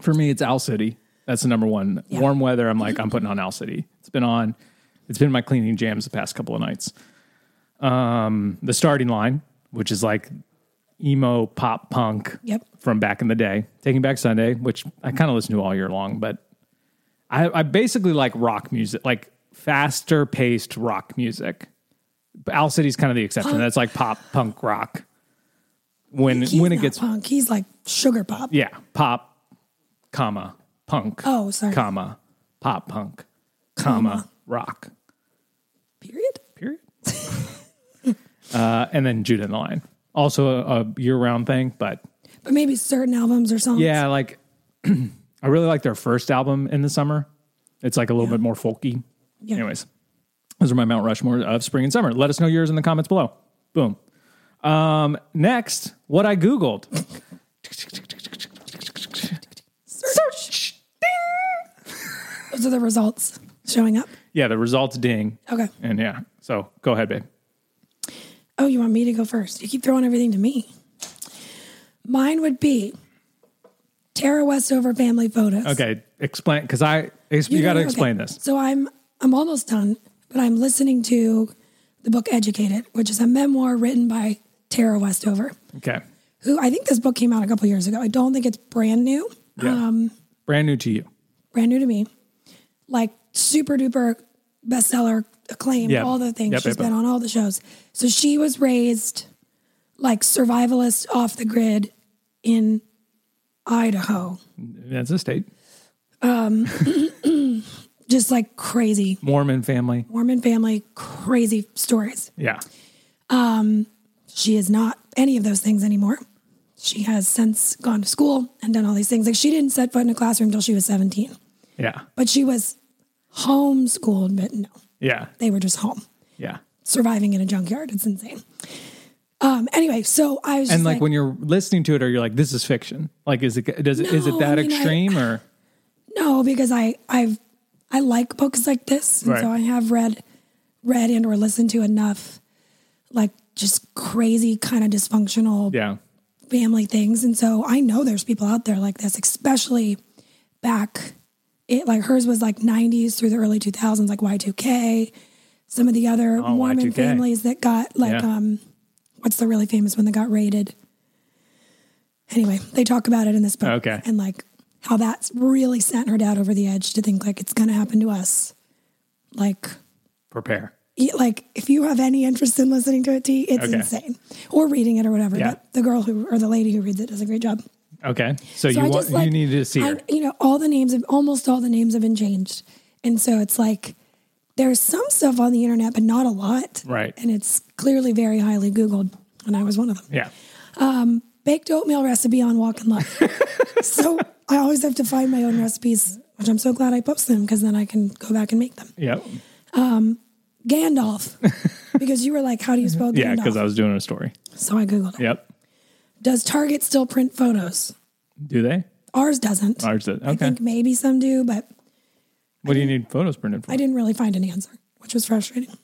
[SPEAKER 1] For me, it's Owl City. That's the number one.
[SPEAKER 2] Yeah.
[SPEAKER 1] Warm weather, I'm like, I'm putting on Owl City. It's been on, it's been my cleaning jams the past couple of nights. Um, the starting line, which is like emo pop punk
[SPEAKER 2] Yep.
[SPEAKER 1] from back in the day. Taking Back Sunday, which I kind of listen to all year long, but I, I basically like rock music, like faster paced rock music. But Owl City's kind of the exception. That's like pop punk rock. When
[SPEAKER 2] He's
[SPEAKER 1] when it
[SPEAKER 2] not
[SPEAKER 1] gets
[SPEAKER 2] punk, he's like sugar pop.
[SPEAKER 1] yeah, pop, comma, punk.
[SPEAKER 2] Oh, sorry.
[SPEAKER 1] Comma, pop punk, comma, rock.
[SPEAKER 2] Period.
[SPEAKER 1] Period. uh, and then Judah and the Lion. Also a, a year round thing, but
[SPEAKER 2] But maybe certain albums or songs.
[SPEAKER 1] yeah, like I really like their first album in the summer. It's like a little bit more folky.
[SPEAKER 2] Yeah.
[SPEAKER 1] Anyways, those are my Mount Rushmore of spring and summer. Let us know yours in the comments below. Boom. Um, next, what I Googled.
[SPEAKER 2] Search. Those are the results showing up.
[SPEAKER 1] Yeah, the results ding.
[SPEAKER 2] Okay.
[SPEAKER 1] And yeah, so go ahead, babe.
[SPEAKER 2] Oh, you want me to go first? You keep throwing everything to me. Mine would be Tara Westover family photos.
[SPEAKER 1] Okay, explain because I ex- you,
[SPEAKER 2] know-
[SPEAKER 1] got to
[SPEAKER 2] okay.
[SPEAKER 1] explain this.
[SPEAKER 2] So I'm I'm almost done, but I'm listening to the book Educated, which is a memoir written by Tara Westover,
[SPEAKER 1] Okay,
[SPEAKER 2] who I think this book came out a couple years ago. I don't think it's brand new.
[SPEAKER 1] yeah,
[SPEAKER 2] Um,
[SPEAKER 1] brand new to you.
[SPEAKER 2] brand new to me, like super duper bestseller acclaimed,
[SPEAKER 1] Yeah.
[SPEAKER 2] all the things.
[SPEAKER 1] Yep,
[SPEAKER 2] she's
[SPEAKER 1] yep,
[SPEAKER 2] been
[SPEAKER 1] yep.
[SPEAKER 2] on all the shows. So she was raised like survivalist off the grid in Idaho.
[SPEAKER 1] That's a state
[SPEAKER 2] Just like crazy
[SPEAKER 1] Mormon family.
[SPEAKER 2] Mormon family, crazy stories.
[SPEAKER 1] Yeah,
[SPEAKER 2] She is not any of those things anymore. She has since gone to school and done all these things. Like she didn't set foot in a classroom until she was 17,
[SPEAKER 1] yeah,
[SPEAKER 2] but she was homeschooled, but no,
[SPEAKER 1] yeah,
[SPEAKER 2] they were just home.
[SPEAKER 1] yeah.
[SPEAKER 2] surviving in a junkyard. It's insane. Um. Anyway, so I was just
[SPEAKER 1] And like,
[SPEAKER 2] like,
[SPEAKER 1] when you're listening to it, or you're like, this is fiction. Like, is it does it is it
[SPEAKER 2] No,
[SPEAKER 1] that
[SPEAKER 2] I mean, I-
[SPEAKER 1] extreme or
[SPEAKER 2] no, because I I've I like books like this, and
[SPEAKER 1] Right.
[SPEAKER 2] so I have read read and or listened to enough like just crazy kind of dysfunctional
[SPEAKER 1] yeah,
[SPEAKER 2] family things, and so I know there's people out there like this, especially back. It like hers was like '90s through the early 2000s, like Y2K. Some of the other
[SPEAKER 1] Oh,
[SPEAKER 2] Mormon
[SPEAKER 1] Y2K.
[SPEAKER 2] families that got like
[SPEAKER 1] Yeah.
[SPEAKER 2] um, what's the really famous one that got raided? Anyway, they talk about it in this book,
[SPEAKER 1] Okay.
[SPEAKER 2] and like how that's really sent her dad over the edge to think like it's going to happen to us. Like,
[SPEAKER 1] prepare?
[SPEAKER 2] e- like if you have any interest in listening to it, T, it's
[SPEAKER 1] Okay.
[SPEAKER 2] insane or reading it or whatever.
[SPEAKER 1] Yeah.
[SPEAKER 2] But the girl who or the lady who reads it does a great job.
[SPEAKER 1] Okay, so,
[SPEAKER 2] So
[SPEAKER 1] you
[SPEAKER 2] I
[SPEAKER 1] want
[SPEAKER 2] just, like,
[SPEAKER 1] you needed to see
[SPEAKER 2] I-
[SPEAKER 1] her.
[SPEAKER 2] You know, all the names have almost all the names have been changed, and so it's like there's some stuff on the internet, but not a lot,
[SPEAKER 1] Right.
[SPEAKER 2] And it's clearly very highly googled, and I was one of them.
[SPEAKER 1] Yeah,
[SPEAKER 2] Baked oatmeal recipe on Walk and Love. so I always have to find my own recipes, which I'm so glad I post them because then I can go back and make them.
[SPEAKER 1] yeah,
[SPEAKER 2] Gandalf, because you were like, "How do you spell Gandalf?"
[SPEAKER 1] yeah. Because I was doing a story.
[SPEAKER 2] so I googled it.
[SPEAKER 1] Yep.
[SPEAKER 2] Does Target still print photos?
[SPEAKER 1] Do they?
[SPEAKER 2] Ours doesn't.
[SPEAKER 1] Ours did.
[SPEAKER 2] I
[SPEAKER 1] Okay.
[SPEAKER 2] think maybe some do, but
[SPEAKER 1] What do you need photos printed for?
[SPEAKER 2] I didn't really find an answer, which was frustrating.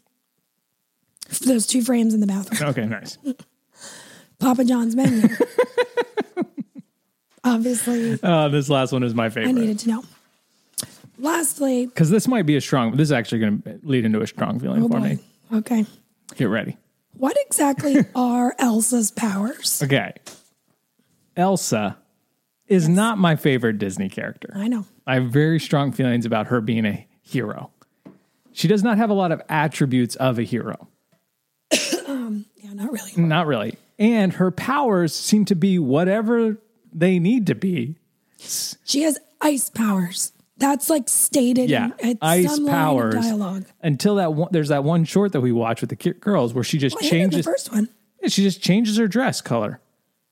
[SPEAKER 2] For those two frames in the bathroom.
[SPEAKER 1] Okay, nice.
[SPEAKER 2] Papa John's menu. Obviously,
[SPEAKER 1] Uh, this last one is my
[SPEAKER 2] I
[SPEAKER 1] favorite
[SPEAKER 2] needed to know. Lastly,
[SPEAKER 1] because this might be a strong. This is actually going to lead into a strong feeling
[SPEAKER 2] oh
[SPEAKER 1] for
[SPEAKER 2] boy.
[SPEAKER 1] me.
[SPEAKER 2] Okay.
[SPEAKER 1] Get ready.
[SPEAKER 2] What exactly are Elsa's powers?
[SPEAKER 1] Okay. Elsa is not my favorite Disney character.
[SPEAKER 2] I know.
[SPEAKER 1] I have very strong feelings about her being a hero. She does not have a lot of attributes of a hero.
[SPEAKER 2] Yeah, not really.
[SPEAKER 1] Not really. And her powers seem to be whatever they need to be.
[SPEAKER 2] She has ice powers. That's like stated
[SPEAKER 1] Yeah,
[SPEAKER 2] in, at
[SPEAKER 1] ice
[SPEAKER 2] some
[SPEAKER 1] powers.
[SPEAKER 2] line of dialogue.
[SPEAKER 1] Until that one, there's that one short that we watch with the ki- girls where she just
[SPEAKER 2] Well, even in the
[SPEAKER 1] changes.
[SPEAKER 2] first one.
[SPEAKER 1] She just changes her dress color.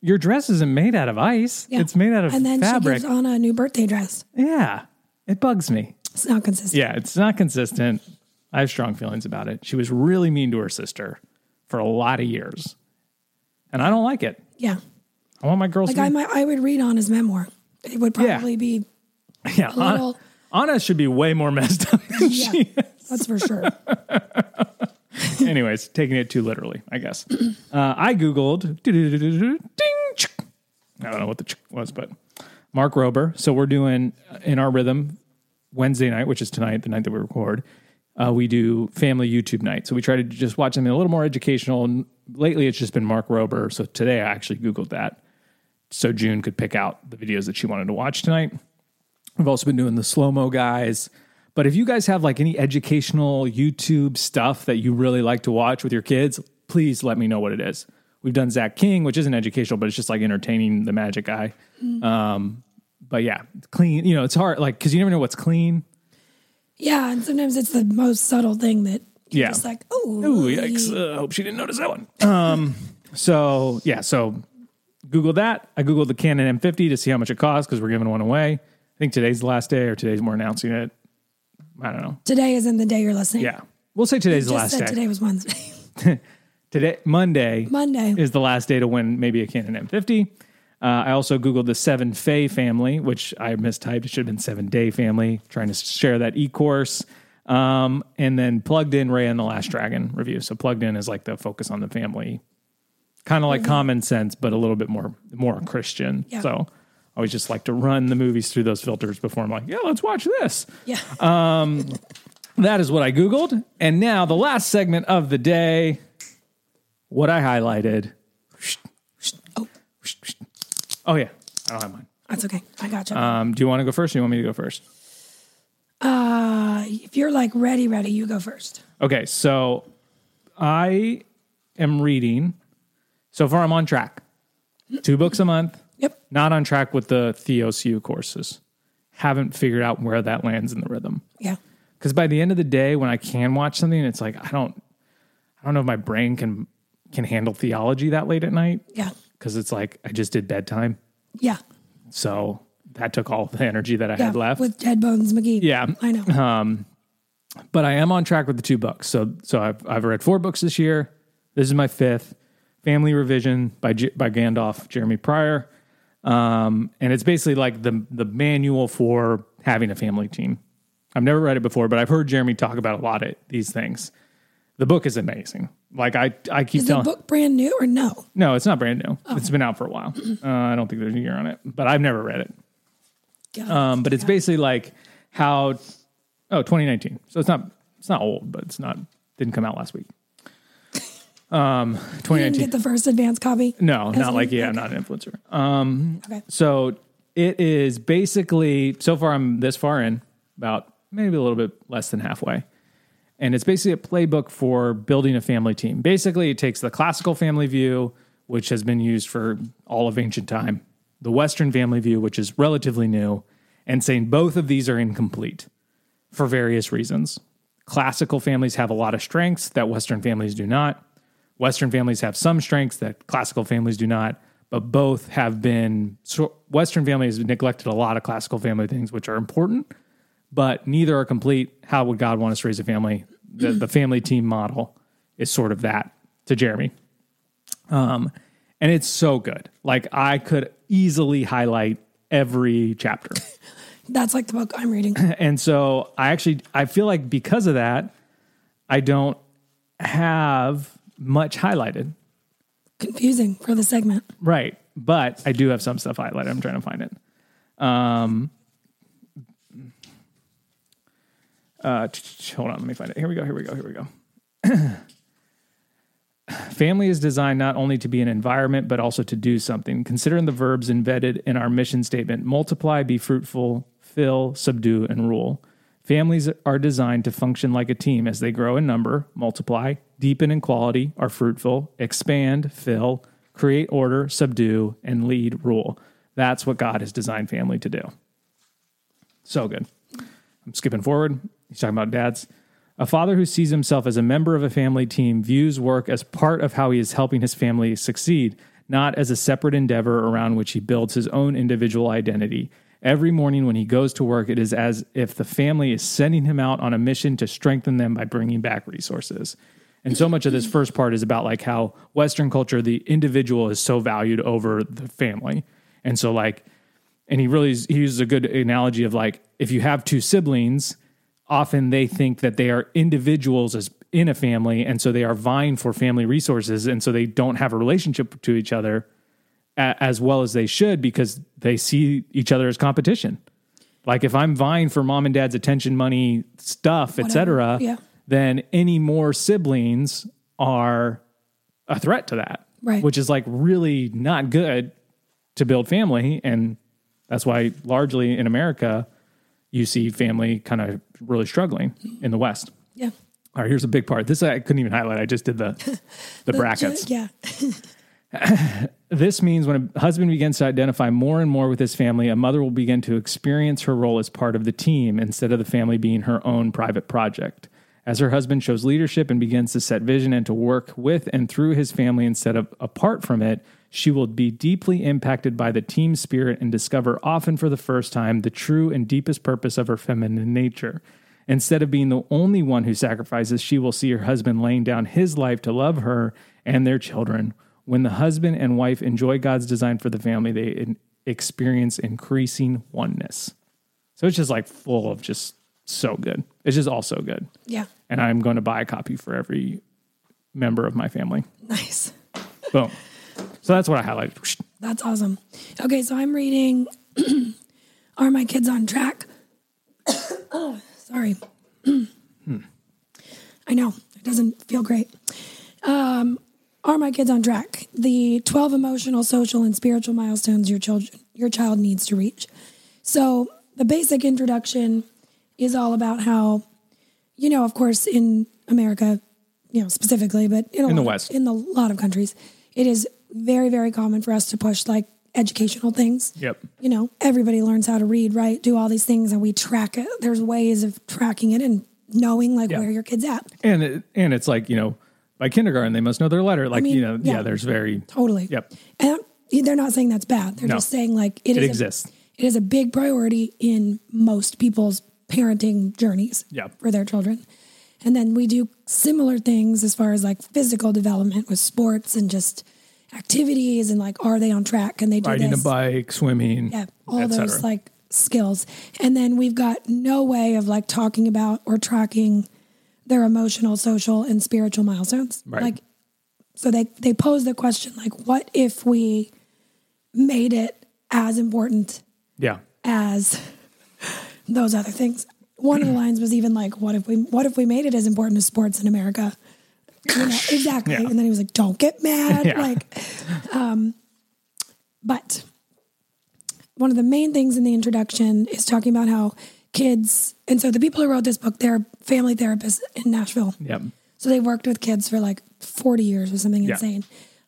[SPEAKER 1] Your dress isn't made out of ice.
[SPEAKER 2] Yeah.
[SPEAKER 1] It's made out of
[SPEAKER 2] And then
[SPEAKER 1] fabric.
[SPEAKER 2] she gives on a new birthday dress.
[SPEAKER 1] yeah, it bugs me.
[SPEAKER 2] It's not consistent.
[SPEAKER 1] Yeah, it's not consistent. I have strong feelings about it. She was really mean to her sister for a lot of years, and I don't like it.
[SPEAKER 2] Yeah.
[SPEAKER 1] I want my girls.
[SPEAKER 2] Like
[SPEAKER 1] to
[SPEAKER 2] I
[SPEAKER 1] be-
[SPEAKER 2] might I would read on his memoir. It would
[SPEAKER 1] Yeah.
[SPEAKER 2] probably be
[SPEAKER 1] yeah, Anna,
[SPEAKER 2] little-
[SPEAKER 1] Anna should be way more messed up than
[SPEAKER 2] Yeah.
[SPEAKER 1] she
[SPEAKER 2] that's for sure.
[SPEAKER 1] Anyways, taking it too literally, I guess. Uh, I Googled ding. chick. I don't know what the chick was, but Mark Rober. So we're doing uh, in our rhythm Wednesday night, which is tonight, the night that we record. Uh, we do family YouTube night. So we try to just watch something a little more educational. And lately, it's just been Mark Rober. So today, I actually Googled that so June could pick out the videos that she wanted to watch tonight. We've also been doing the slow mo guys. But if you guys have like any educational YouTube stuff that you really like to watch with your kids, please let me know what it is. We've done Zach King, which isn't educational, but it's just like entertaining the magic guy. Um, but yeah, clean, you know, it's hard, like, cause you never know what's clean.
[SPEAKER 2] Yeah, and sometimes it's the most subtle thing that you're
[SPEAKER 1] Yeah.
[SPEAKER 2] just like, oh,
[SPEAKER 1] Ooh, yikes. Uh, hope she didn't notice that one. Um, so yeah, so Google that. I Googled the Canon M50 to see how much it costs because we're giving one away. I think today's the last day or today's we're announcing it. I don't know.
[SPEAKER 2] today isn't the day you're listening.
[SPEAKER 1] Yeah. We'll say today's the
[SPEAKER 2] Just
[SPEAKER 1] last
[SPEAKER 2] said
[SPEAKER 1] day.
[SPEAKER 2] today was Wednesday.
[SPEAKER 1] Today, Monday,
[SPEAKER 2] Monday.
[SPEAKER 1] is the last day to win maybe a Canon M50. Uh, I also Googled the Seven Fay family, which I mistyped. It should have been Seven Day family, trying to share that e course. Um, and then plugged in Ray and the Last Dragon review. So plugged in is like the focus on the family, kind of like common sense, but a little bit more more Christian.
[SPEAKER 2] Mm-hmm. Yeah.
[SPEAKER 1] So I always just like to run the movies through those filters before I'm like, yeah, let's watch this.
[SPEAKER 2] yeah.
[SPEAKER 1] Uh, That is what I Googled. And now the last segment of the day, what I highlighted.
[SPEAKER 2] oh,
[SPEAKER 1] Oh, yeah. I don't have mine.
[SPEAKER 2] that's okay. I got you.
[SPEAKER 1] Um, do you want to go first or do you want me to go first?
[SPEAKER 2] Uh, if you're like ready, ready, you go first.
[SPEAKER 1] Okay, so I am reading. So far, I'm on track. Two books a month,
[SPEAKER 2] Yep.
[SPEAKER 1] not on track with the TheosU courses. Haven't figured out where that lands in the rhythm.
[SPEAKER 2] Yeah.
[SPEAKER 1] because by the end of the day when i can watch something it's like i don't i don't know if my brain can can handle theology that late at night
[SPEAKER 2] Yeah.
[SPEAKER 1] because it's like i just did bedtime
[SPEAKER 2] Yeah.
[SPEAKER 1] so that took all the energy that i
[SPEAKER 2] Yeah.
[SPEAKER 1] had left
[SPEAKER 2] With Ted Bones McGee.
[SPEAKER 1] Yeah. Uh-huh.
[SPEAKER 2] I know.
[SPEAKER 1] but i am on track with the two books so so i've i've read four books this year this is my fifth family revision by J- by gandalf jeremy pryor um and it's basically like the the manual for having a family team i've never read it before but i've heard jeremy talk about a lot of these things the book is amazing. Like I, I keep
[SPEAKER 2] is the
[SPEAKER 1] telling.
[SPEAKER 2] book Oh. brand new or no?
[SPEAKER 1] no, it's not brand new. It's been out for a while. Uh, I don't think there's a year on it, but I've never read it.
[SPEAKER 2] God.
[SPEAKER 1] Um, but it's basically like how, oh, 2019. So it's not, it's not old, but it's not didn't come out last week. Um,
[SPEAKER 2] you didn't
[SPEAKER 1] 2019.
[SPEAKER 2] get the first advance copy.
[SPEAKER 1] No,
[SPEAKER 2] As
[SPEAKER 1] not
[SPEAKER 2] an-
[SPEAKER 1] like yeah, I'm
[SPEAKER 2] okay.
[SPEAKER 1] not an influencer.
[SPEAKER 2] Okay.
[SPEAKER 1] So it is basically so far I'm this far in, about maybe a little bit less than halfway. And it's basically a playbook for building a family team. Basically, it takes the classical family view, which has been used for all of ancient time, the Western family view, which is relatively new, and saying both of these are incomplete for various reasons. Classical families have a lot of strengths that Western families do not. Western families have some strengths that classical families do not, but both have been. So Western families have neglected a lot of classical family things, which are important, but neither are complete. How would God want us to raise a family? The, the family team model is sort of that to Jeremy. Um, and it's so good. Like, I could easily highlight every chapter
[SPEAKER 2] That's like the book I'm reading.
[SPEAKER 1] and so I actually I feel like because of that, I don't have much highlighted.
[SPEAKER 2] Confusing for the segment.
[SPEAKER 1] Right. But I do have some stuff highlighted. I'm trying to find it. Um, uh, t- t- t- hold on. Let me find it. Here we go. Here we go. Here we go. Family is designed not only to be an environment, but also to do something. Considering the verbs embedded in our mission statement multiply, be fruitful, fill, subdue, and rule. Families are designed to function like a team as they grow in number, multiply, deepen in quality, are fruitful, expand, fill, create order, subdue, and lead, rule. That's what God has designed family to do. So good. I'm skipping forward. He's talking about dads. A father who sees himself as a member of a family team views work as part of how he is helping his family succeed, not as a separate endeavor around which he builds his own individual identity. Every morning when he goes to work, it is as if the family is sending him out on a mission to strengthen them by bringing back resources. And so much of this first part is about like how Western culture, the individual is so valued over the family. And so, like, and he really he uses a good analogy of like if you have two siblings often they think that they are individuals as in a family and so they are vying for family resources and so they don't have a relationship to each other a- as well as they should because they see each other as competition like if i'm vying for mom and dad's attention money stuff etc
[SPEAKER 2] yeah.
[SPEAKER 1] then any more siblings are a threat to that
[SPEAKER 2] Right.
[SPEAKER 1] which is like really not good to build family and that's why largely in america you see family kind of really struggling in the west
[SPEAKER 2] Yeah.
[SPEAKER 1] all right here's a big part this i couldn't even highlight i just did the the, brackets
[SPEAKER 2] Yeah.
[SPEAKER 1] this means when a husband begins to identify more and more with his family a mother will begin to experience her role as part of the team instead of the family being her own private project as her husband shows leadership and begins to set vision and to work with and through his family instead of apart from it she will be deeply impacted by the team spirit and discover often for the first time the true and deepest purpose of her feminine nature Instead of being the only one who sacrifices, she will see her husband laying down his life to love her and their children. When the husband and wife enjoy God's design for the family, they in- experience increasing oneness. So it's just like full of just so good. It's just all so good.
[SPEAKER 2] Yeah.
[SPEAKER 1] And I'm going to buy a copy for every member of my family.
[SPEAKER 2] Nice.
[SPEAKER 1] Boom. So that's what I highlighted.
[SPEAKER 2] That's awesome. Okay, so I'm reading Are My Kids on Track? Oh, Sorry.
[SPEAKER 1] Hmm.
[SPEAKER 2] I know, it doesn't feel great. Um, Are My Kids on Track? The 12 emotional, social, and spiritual milestones your, children, your child needs to reach. So, the basic introduction is all about how, you know, of course, in America, you know, specifically, but in, a
[SPEAKER 1] In the
[SPEAKER 2] lot of-
[SPEAKER 1] West.
[SPEAKER 2] in a lot of countries, it is very, very common for us to push like educational things.
[SPEAKER 1] Yep.
[SPEAKER 2] You know, everybody learns how to read, right? Do all these things and we track it. There's ways of tracking it and knowing like
[SPEAKER 1] Yeah.
[SPEAKER 2] where your kid's at.
[SPEAKER 1] And it, and it's like, you know, by kindergarten they must know their letter. Like,
[SPEAKER 2] mean,
[SPEAKER 1] you know, yeah.
[SPEAKER 2] yeah.
[SPEAKER 1] there's very
[SPEAKER 2] Totally.
[SPEAKER 1] Yep.
[SPEAKER 2] And they're not saying that's bad. They're
[SPEAKER 1] No.
[SPEAKER 2] just saying like it,
[SPEAKER 1] It
[SPEAKER 2] is a-
[SPEAKER 1] exists.
[SPEAKER 2] it is a big priority in most people's parenting journeys
[SPEAKER 1] Yeah.
[SPEAKER 2] for their children. And then we do similar things as far as like physical development with sports and just activities and like are they on track? And they do
[SPEAKER 1] riding a
[SPEAKER 2] this.
[SPEAKER 1] bike, swimming,
[SPEAKER 2] Yeah, all
[SPEAKER 1] Mm-hmm. et
[SPEAKER 2] those
[SPEAKER 1] cetera.
[SPEAKER 2] like skills. And then we've got no way of like talking about or tracking their emotional, social, and spiritual milestones.
[SPEAKER 1] Right.
[SPEAKER 2] Like so they they pose the question like what if we made it as important
[SPEAKER 1] yeah.
[SPEAKER 2] as those other things. One of the lines was even like, "What if we? What if we made it as important as sports in America?" You know, exactly.
[SPEAKER 1] Yeah.
[SPEAKER 2] And then he was like, "Don't get mad."
[SPEAKER 1] Yeah.
[SPEAKER 2] Like, um, but one of the main things in the introduction is talking about how kids, and so the people who wrote this book, they're family therapists in Nashville.
[SPEAKER 1] Yep.
[SPEAKER 2] So they worked with kids for like 40 years or something
[SPEAKER 1] Yeah.
[SPEAKER 2] insane.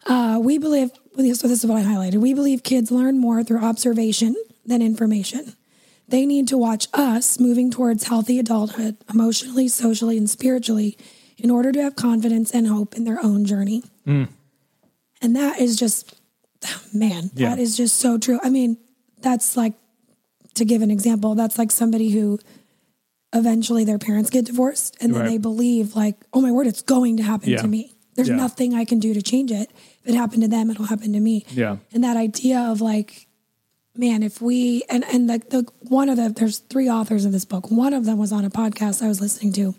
[SPEAKER 2] Uh, we believe, so this is what I highlighted. We believe kids learn more through observation than information. They need to watch us moving towards healthy adulthood, emotionally, socially, and spiritually, in order to have confidence and hope in their own journey.
[SPEAKER 1] Mm.
[SPEAKER 2] And that is just, man,
[SPEAKER 1] Yeah.
[SPEAKER 2] that is just so true. I mean, that's like, to give an example, that's like somebody who eventually their parents get divorced and then
[SPEAKER 1] Right.
[SPEAKER 2] they believe like oh my word it's going to happen
[SPEAKER 1] Yeah.
[SPEAKER 2] to me there's
[SPEAKER 1] Yeah.
[SPEAKER 2] nothing i can do to change it if it happened to them it'll happen to me
[SPEAKER 1] Yeah.
[SPEAKER 2] and that idea of like man if we and and like the one of the there's three authors of this book one of them was on a podcast i was listening to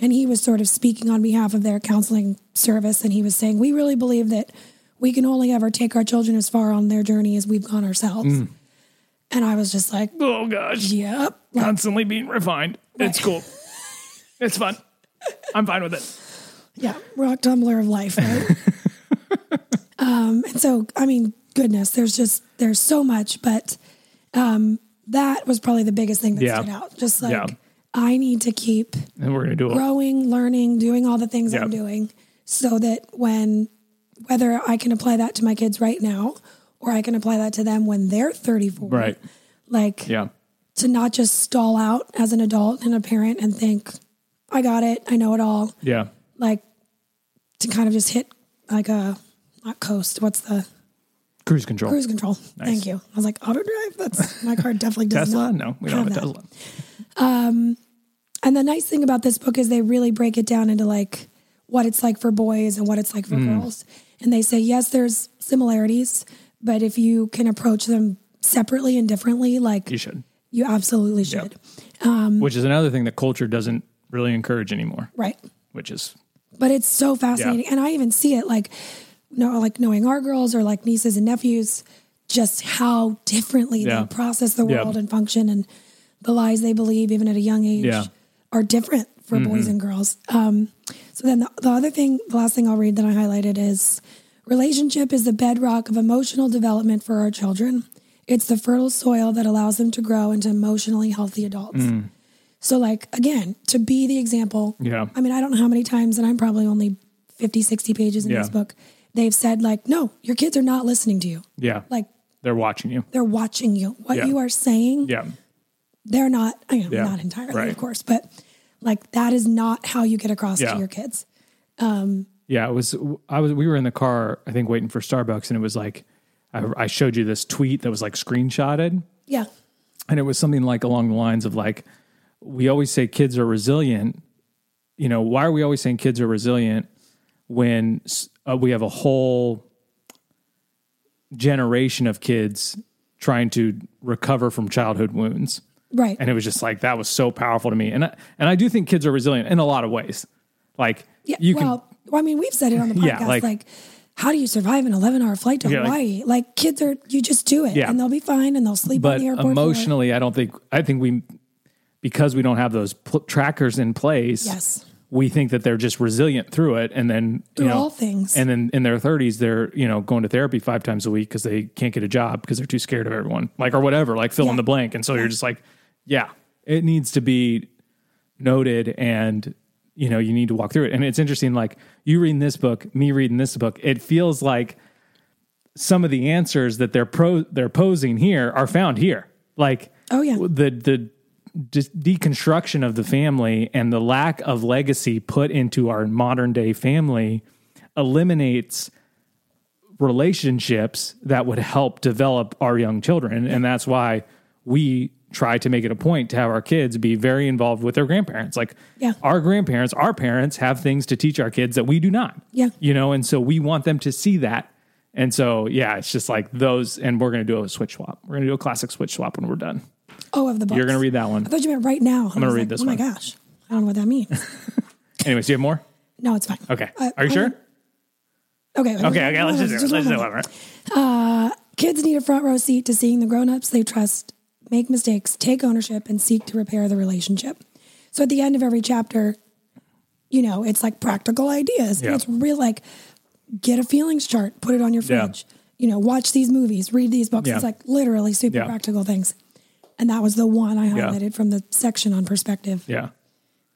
[SPEAKER 2] and he was sort of speaking on behalf of their counseling service and he was saying we really believe that we can only ever take our children as far on their journey as we've gone ourselves
[SPEAKER 1] Mm.
[SPEAKER 2] and i was just like
[SPEAKER 1] Oh gosh.
[SPEAKER 2] yep
[SPEAKER 1] Constantly being refined. It's cool. it's fun. I'm fine with it.
[SPEAKER 2] Yeah, rock tumbler of life, right? um, and so, I mean, goodness, there's just there's so much, but um, that was probably the biggest thing that
[SPEAKER 1] Yeah.
[SPEAKER 2] stood out. Just like
[SPEAKER 1] Yeah.
[SPEAKER 2] I need to keep
[SPEAKER 1] and we're gonna do it.
[SPEAKER 2] growing, learning, doing all the things I'm
[SPEAKER 1] Yep.
[SPEAKER 2] doing so that when whether I can apply that to my kids right now or I can apply that to them when they're 34.
[SPEAKER 1] Right.
[SPEAKER 2] Like
[SPEAKER 1] Yeah.
[SPEAKER 2] to not just stall out as an adult and a parent and think I got it, I know it all.
[SPEAKER 1] Yeah.
[SPEAKER 2] Like to kind of just hit like a not coast. What's the
[SPEAKER 1] Cruise control.
[SPEAKER 2] cruise control? Thank you. I was like auto drive. That's my car definitely does
[SPEAKER 1] Tesla?
[SPEAKER 2] not.
[SPEAKER 1] No, we don't have a
[SPEAKER 2] that.
[SPEAKER 1] Tesla.
[SPEAKER 2] And the nice thing about this book is they really break it down into like what it's like for boys and what it's like for
[SPEAKER 1] Mm.
[SPEAKER 2] girls. And they say, yes, there's similarities, but if you can approach them separately and differently, like
[SPEAKER 1] You should.
[SPEAKER 2] you absolutely should. Um,
[SPEAKER 1] Which is another thing that culture doesn't really encourage anymore.
[SPEAKER 2] Right.
[SPEAKER 1] Which is
[SPEAKER 2] But it's so fascinating. And I even see it like, no, like knowing our girls or like nieces and nephews, just how differently
[SPEAKER 1] Yeah.
[SPEAKER 2] they process the
[SPEAKER 1] Yeah.
[SPEAKER 2] world and function and the lies they believe, even at a young age,
[SPEAKER 1] Yeah. Mm-hmm.
[SPEAKER 2] are different for boys and girls. Um, so then the, the other thing, the last thing I'll read that I highlighted is relationship is the bedrock of emotional development for our children. It's the fertile soil that allows them to grow into emotionally healthy adults.
[SPEAKER 1] Mm.
[SPEAKER 2] So, like, again, to be the example,
[SPEAKER 1] Yeah.
[SPEAKER 2] I mean, I don't know how many times, and I'm probably only 50, 60 pages in
[SPEAKER 1] Yeah.
[SPEAKER 2] this book, they've said, like, no, your kids are not listening to you.
[SPEAKER 1] yeah.
[SPEAKER 2] Like,
[SPEAKER 1] they're watching you.
[SPEAKER 2] they're watching you. What
[SPEAKER 1] Yeah.
[SPEAKER 2] you are saying,
[SPEAKER 1] Yeah.
[SPEAKER 2] they're not, I mean,
[SPEAKER 1] Yeah.
[SPEAKER 2] not entirely,
[SPEAKER 1] Right.
[SPEAKER 2] of course, but like, that is not how you get across
[SPEAKER 1] Yeah.
[SPEAKER 2] to your kids.
[SPEAKER 1] Yeah, it was. I was. We were in the car, I think, waiting for Starbucks, and it was like, I, I showed you this tweet that was like screenshotted,
[SPEAKER 2] Yeah.
[SPEAKER 1] and it was something like along the lines of like, we always say kids are resilient. You know, why are we always saying kids are resilient when s- uh, we have a whole generation of kids trying to recover from childhood wounds?
[SPEAKER 2] Right.
[SPEAKER 1] and it was just like that was so powerful to me and I, and I do think kids are resilient in a lot of ways like
[SPEAKER 2] yeah.
[SPEAKER 1] you can
[SPEAKER 2] well, well, I mean, we've said it on the
[SPEAKER 1] Yeah,
[SPEAKER 2] podcast,
[SPEAKER 1] like-
[SPEAKER 2] like, how do you survive an 11 hour flight to
[SPEAKER 1] Yeah, like-
[SPEAKER 2] Hawaii? Like, kids are, you just do it
[SPEAKER 1] Yeah.
[SPEAKER 2] and they'll be fine and they'll sleep on
[SPEAKER 1] but
[SPEAKER 2] the airport. for it.
[SPEAKER 1] emotionally I don't think I think we because we don't have those pl- trackers in place
[SPEAKER 2] Yes.
[SPEAKER 1] we think that they're just resilient through it and then you
[SPEAKER 2] Through
[SPEAKER 1] know
[SPEAKER 2] all things.
[SPEAKER 1] and then in their 30s they're you know going to therapy 5 times a week cuz they can't get a job because they're too scared of everyone like or whatever like fill in
[SPEAKER 2] Yeah.
[SPEAKER 1] the blank and so you're just like yeah it needs to be noted and you know you need to walk through it and it's interesting like you reading this book me reading this book it feels like some of the answers that they're pro they're posing here are found here like
[SPEAKER 2] Oh, yeah.
[SPEAKER 1] the the just deconstruction of the family and the lack of legacy put into our modern day family eliminates relationships that would help develop our young children. And that's why we try to make it a point to have our kids be very involved with their grandparents. Like
[SPEAKER 2] Yeah.
[SPEAKER 1] our grandparents, our parents have things to teach our kids that we do not.
[SPEAKER 2] Yeah.
[SPEAKER 1] You know, and so we want them to see that. And so yeah, it's just like those and we're gonna do a switch swap. We're gonna do a classic switch swap when we're done.
[SPEAKER 2] Oh, of the books.
[SPEAKER 1] You're gonna read that one.
[SPEAKER 2] I thought you meant right now. I'm
[SPEAKER 1] gonna read this
[SPEAKER 2] Oh my
[SPEAKER 1] one.
[SPEAKER 2] gosh, I don't know what that means.
[SPEAKER 1] Anyways, do you have more?
[SPEAKER 2] No, it's fine.
[SPEAKER 1] Okay.
[SPEAKER 2] Uh,
[SPEAKER 1] Are you
[SPEAKER 2] I
[SPEAKER 1] sure?
[SPEAKER 2] mean- Okay.
[SPEAKER 1] Okay, okay, let's just do it. Let's
[SPEAKER 2] one
[SPEAKER 1] do it.
[SPEAKER 2] moment.
[SPEAKER 1] All right.
[SPEAKER 2] Kids need a front row seat to seeing the grown-ups they trust make mistakes, take ownership, and seek to repair the relationship. So at the end of every chapter, you know, it's like practical ideas.
[SPEAKER 1] Yeah.
[SPEAKER 2] And it's real like get a feelings chart, put it on your
[SPEAKER 1] Yeah.
[SPEAKER 2] fridge. You know, watch these movies, read these books.
[SPEAKER 1] Yeah.
[SPEAKER 2] It's like literally super
[SPEAKER 1] Yeah.
[SPEAKER 2] practical things. And that was the one I
[SPEAKER 1] Yeah.
[SPEAKER 2] highlighted from the section on perspective.
[SPEAKER 1] Yeah.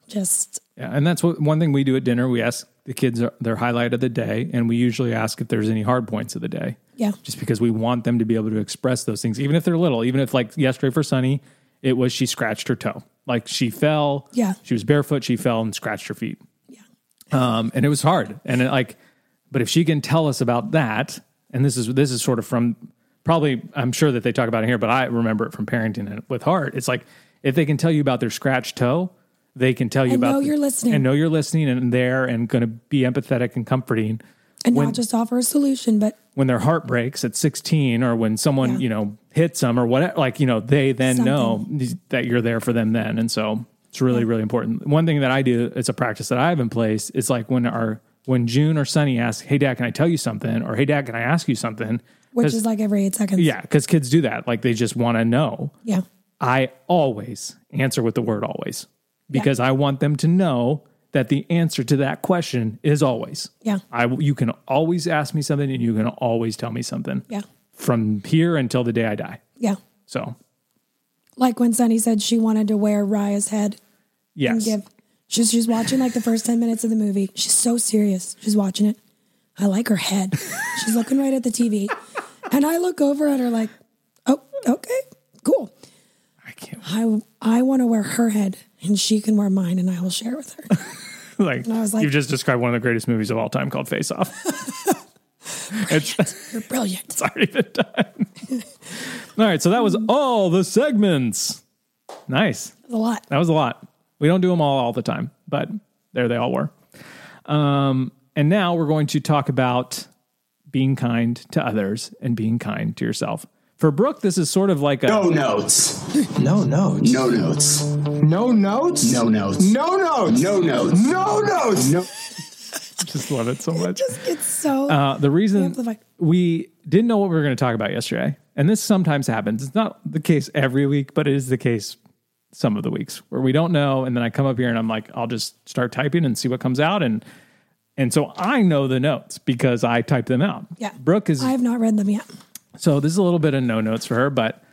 [SPEAKER 2] Just
[SPEAKER 1] Yeah, and that's what one thing we do at dinner. We ask the kids their highlight of the day, and we usually ask if there's any hard points of the day.
[SPEAKER 2] Yeah.
[SPEAKER 1] just because we want them to be able to express those things, even if they're little. Even if like yesterday for Sunny, it was she scratched her toe, like she fell.
[SPEAKER 2] Yeah.
[SPEAKER 1] she was barefoot. She fell and scratched her feet.
[SPEAKER 2] yeah.
[SPEAKER 1] Um, and it was hard. And it, like, but if she can tell us about that, and this is this is sort of from probably I'm sure that they talk about it here, but I remember it from parenting and with heart. It's like if they can tell you about their scratched toe, they can tell you
[SPEAKER 2] And
[SPEAKER 1] about
[SPEAKER 2] know you're listening.
[SPEAKER 1] and know you're listening and there and going to be empathetic and comforting
[SPEAKER 2] and
[SPEAKER 1] when
[SPEAKER 2] not just offer a solution, but
[SPEAKER 1] when their heart breaks at 16 or when someone
[SPEAKER 2] Yeah.
[SPEAKER 1] you know hits them or whatever. Like you know they then know
[SPEAKER 2] Something.
[SPEAKER 1] that you're there for them then, and so it's really really important. One thing that I do, it's a practice that I have in place. Is like when our when June or Sunny asks, "Hey Dad, can I tell you something?" or "Hey Dad, can I ask you something?"
[SPEAKER 2] which
[SPEAKER 1] 'Cause-
[SPEAKER 2] is like every eight seconds.
[SPEAKER 1] yeah, because kids do that. Like they just want to know.
[SPEAKER 2] Yeah.
[SPEAKER 1] I always answer with the word always because I want them to know that the answer to that question is always.
[SPEAKER 2] Yeah.
[SPEAKER 1] I you can always ask me something and you can always tell me something.
[SPEAKER 2] Yeah.
[SPEAKER 1] From here until the day I die.
[SPEAKER 2] Yeah.
[SPEAKER 1] So,
[SPEAKER 2] Like when Sunny said she wanted to wear Raya's head
[SPEAKER 1] Yes.
[SPEAKER 2] and give. She's she's watching like the first ten minutes of the movie. She's so serious. She's watching it. I like her head. She's looking right at the TV, and I look over at her like, oh, okay, cool.
[SPEAKER 1] I can't
[SPEAKER 2] I I want to wear her head, and she can wear mine, and I will share with her.
[SPEAKER 1] like,
[SPEAKER 2] I was like-
[SPEAKER 1] you've just described one of the greatest movies of all time called Face Off. it's, it's
[SPEAKER 2] You're brilliant.
[SPEAKER 1] already been done. all right, so that was all the segments. Nice.
[SPEAKER 2] That's a lot.
[SPEAKER 1] That was a lot. We don't do them all all the time, but there they all were. Um, and now we're going to talk about being kind to others and being kind to yourself. For Brooke, this is sort of like a
[SPEAKER 4] No notes.
[SPEAKER 3] No notes.
[SPEAKER 4] No notes.
[SPEAKER 5] No notes?
[SPEAKER 4] No notes.
[SPEAKER 5] No notes.
[SPEAKER 4] No notes.
[SPEAKER 5] No notes.
[SPEAKER 4] No.
[SPEAKER 1] just love it so much.
[SPEAKER 2] Just it's so
[SPEAKER 1] Uh, the reason
[SPEAKER 2] Amplify.
[SPEAKER 1] we didn't know what we were going to talk about yesterday, and this sometimes happens. It's not the case every week, but it is the case some of the weeks where we don't know. And then I come up here and I'm like, I'll just start typing and see what comes out. And and so I know the notes because I type them out.
[SPEAKER 2] yeah.
[SPEAKER 1] Brooke is
[SPEAKER 2] I have not read them yet.
[SPEAKER 1] so this is a little bit of no notes for her, but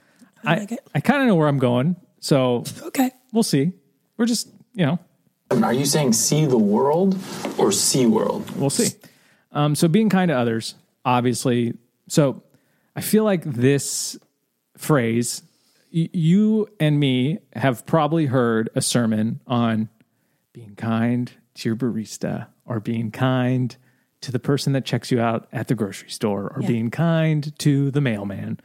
[SPEAKER 1] I I,
[SPEAKER 2] like it.
[SPEAKER 1] kind of know where I'm going. So
[SPEAKER 2] Okay.
[SPEAKER 1] we'll see. We're just you know
[SPEAKER 3] Are you saying see the world or sea world?
[SPEAKER 1] we'll see. Um, so being kind to others, obviously. So I feel like this phrase, y- you and me have probably heard a sermon on being kind to your barista or being kind to the person that checks you out at the grocery store or
[SPEAKER 2] Yeah.
[SPEAKER 1] being kind to the mailman.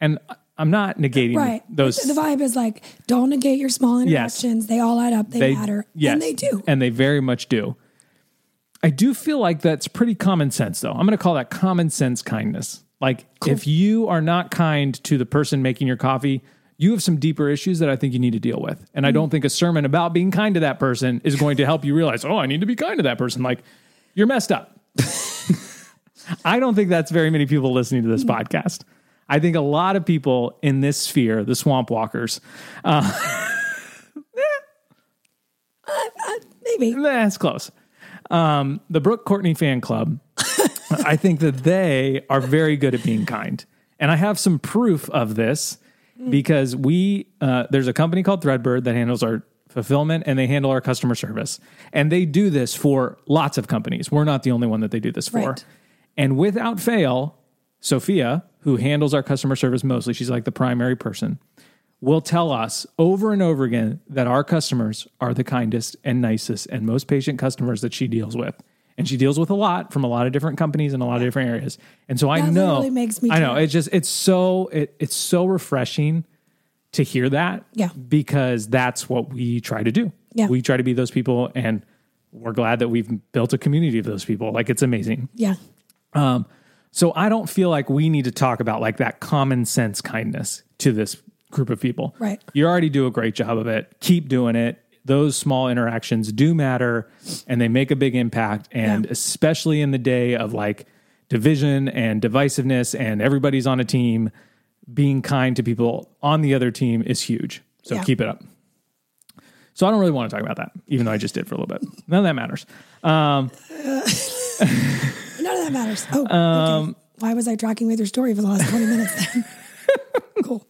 [SPEAKER 1] And I- I'm not negating
[SPEAKER 2] Right.
[SPEAKER 1] those.
[SPEAKER 2] the vibe is like, don't negate your small interactions. They all add up. They, matter.
[SPEAKER 1] Yes,
[SPEAKER 2] And they do.
[SPEAKER 1] And they very much do. I do feel like that's pretty common sense, though. I'm going to call that common sense kindness. Like, if you are not kind to the person making your coffee, you have some deeper issues that I think you need to deal with. And
[SPEAKER 2] Hmm.
[SPEAKER 1] I don't think a sermon about being kind to that person is going to help you realize, oh, I need to be kind to that person. Like, you're messed up. I don't think that's very many people listening to this
[SPEAKER 2] Hmm.
[SPEAKER 1] podcast. I think a lot of people in this sphere, the swamp walkers,
[SPEAKER 2] Uh, Maybe.
[SPEAKER 1] That's close. Um, the Brooke Courtney fan club, I think that they are very good at being kind. And I have some proof of this because we, uh, there's a company called Threadbird that handles our fulfillment and they handle our customer service. And they do this for lots of companies. We're not the only one that they do this for.
[SPEAKER 2] Right.
[SPEAKER 1] And without fail, Sophia, who handles our customer service mostly, she's like the primary person, will tell us over and over again that our customers are the kindest and nicest and most patient customers that she deals with. And she deals with a lot from a lot of different companies in a lot of different areas. And so I
[SPEAKER 2] That
[SPEAKER 1] know
[SPEAKER 2] literally makes me
[SPEAKER 1] I know
[SPEAKER 2] tear.
[SPEAKER 1] it just it's so it, it's so refreshing to hear that.
[SPEAKER 2] Yeah.
[SPEAKER 1] Because that's what we try to do.
[SPEAKER 2] Yeah.
[SPEAKER 1] We try to be those people and we're glad that we've built a community of those people. Like it's amazing.
[SPEAKER 2] Yeah.
[SPEAKER 1] So I don't feel like we need to talk about like that common sense kindness to this group of people.
[SPEAKER 2] Right.
[SPEAKER 1] You already do a great job of it. Keep doing it. Those small interactions do matter and they make a big impact. And
[SPEAKER 2] Yeah.
[SPEAKER 1] especially in the day of like division and divisiveness and everybody's on a team, being kind to people on the other team is huge. So
[SPEAKER 2] Yeah.
[SPEAKER 1] keep it up. So I don't really want to talk about that, even though I just did for a little bit. None of that matters.
[SPEAKER 2] None of that matters. Oh,
[SPEAKER 1] Um,
[SPEAKER 2] okay. why was I tracking with your story for the last 20 minutes then? cool.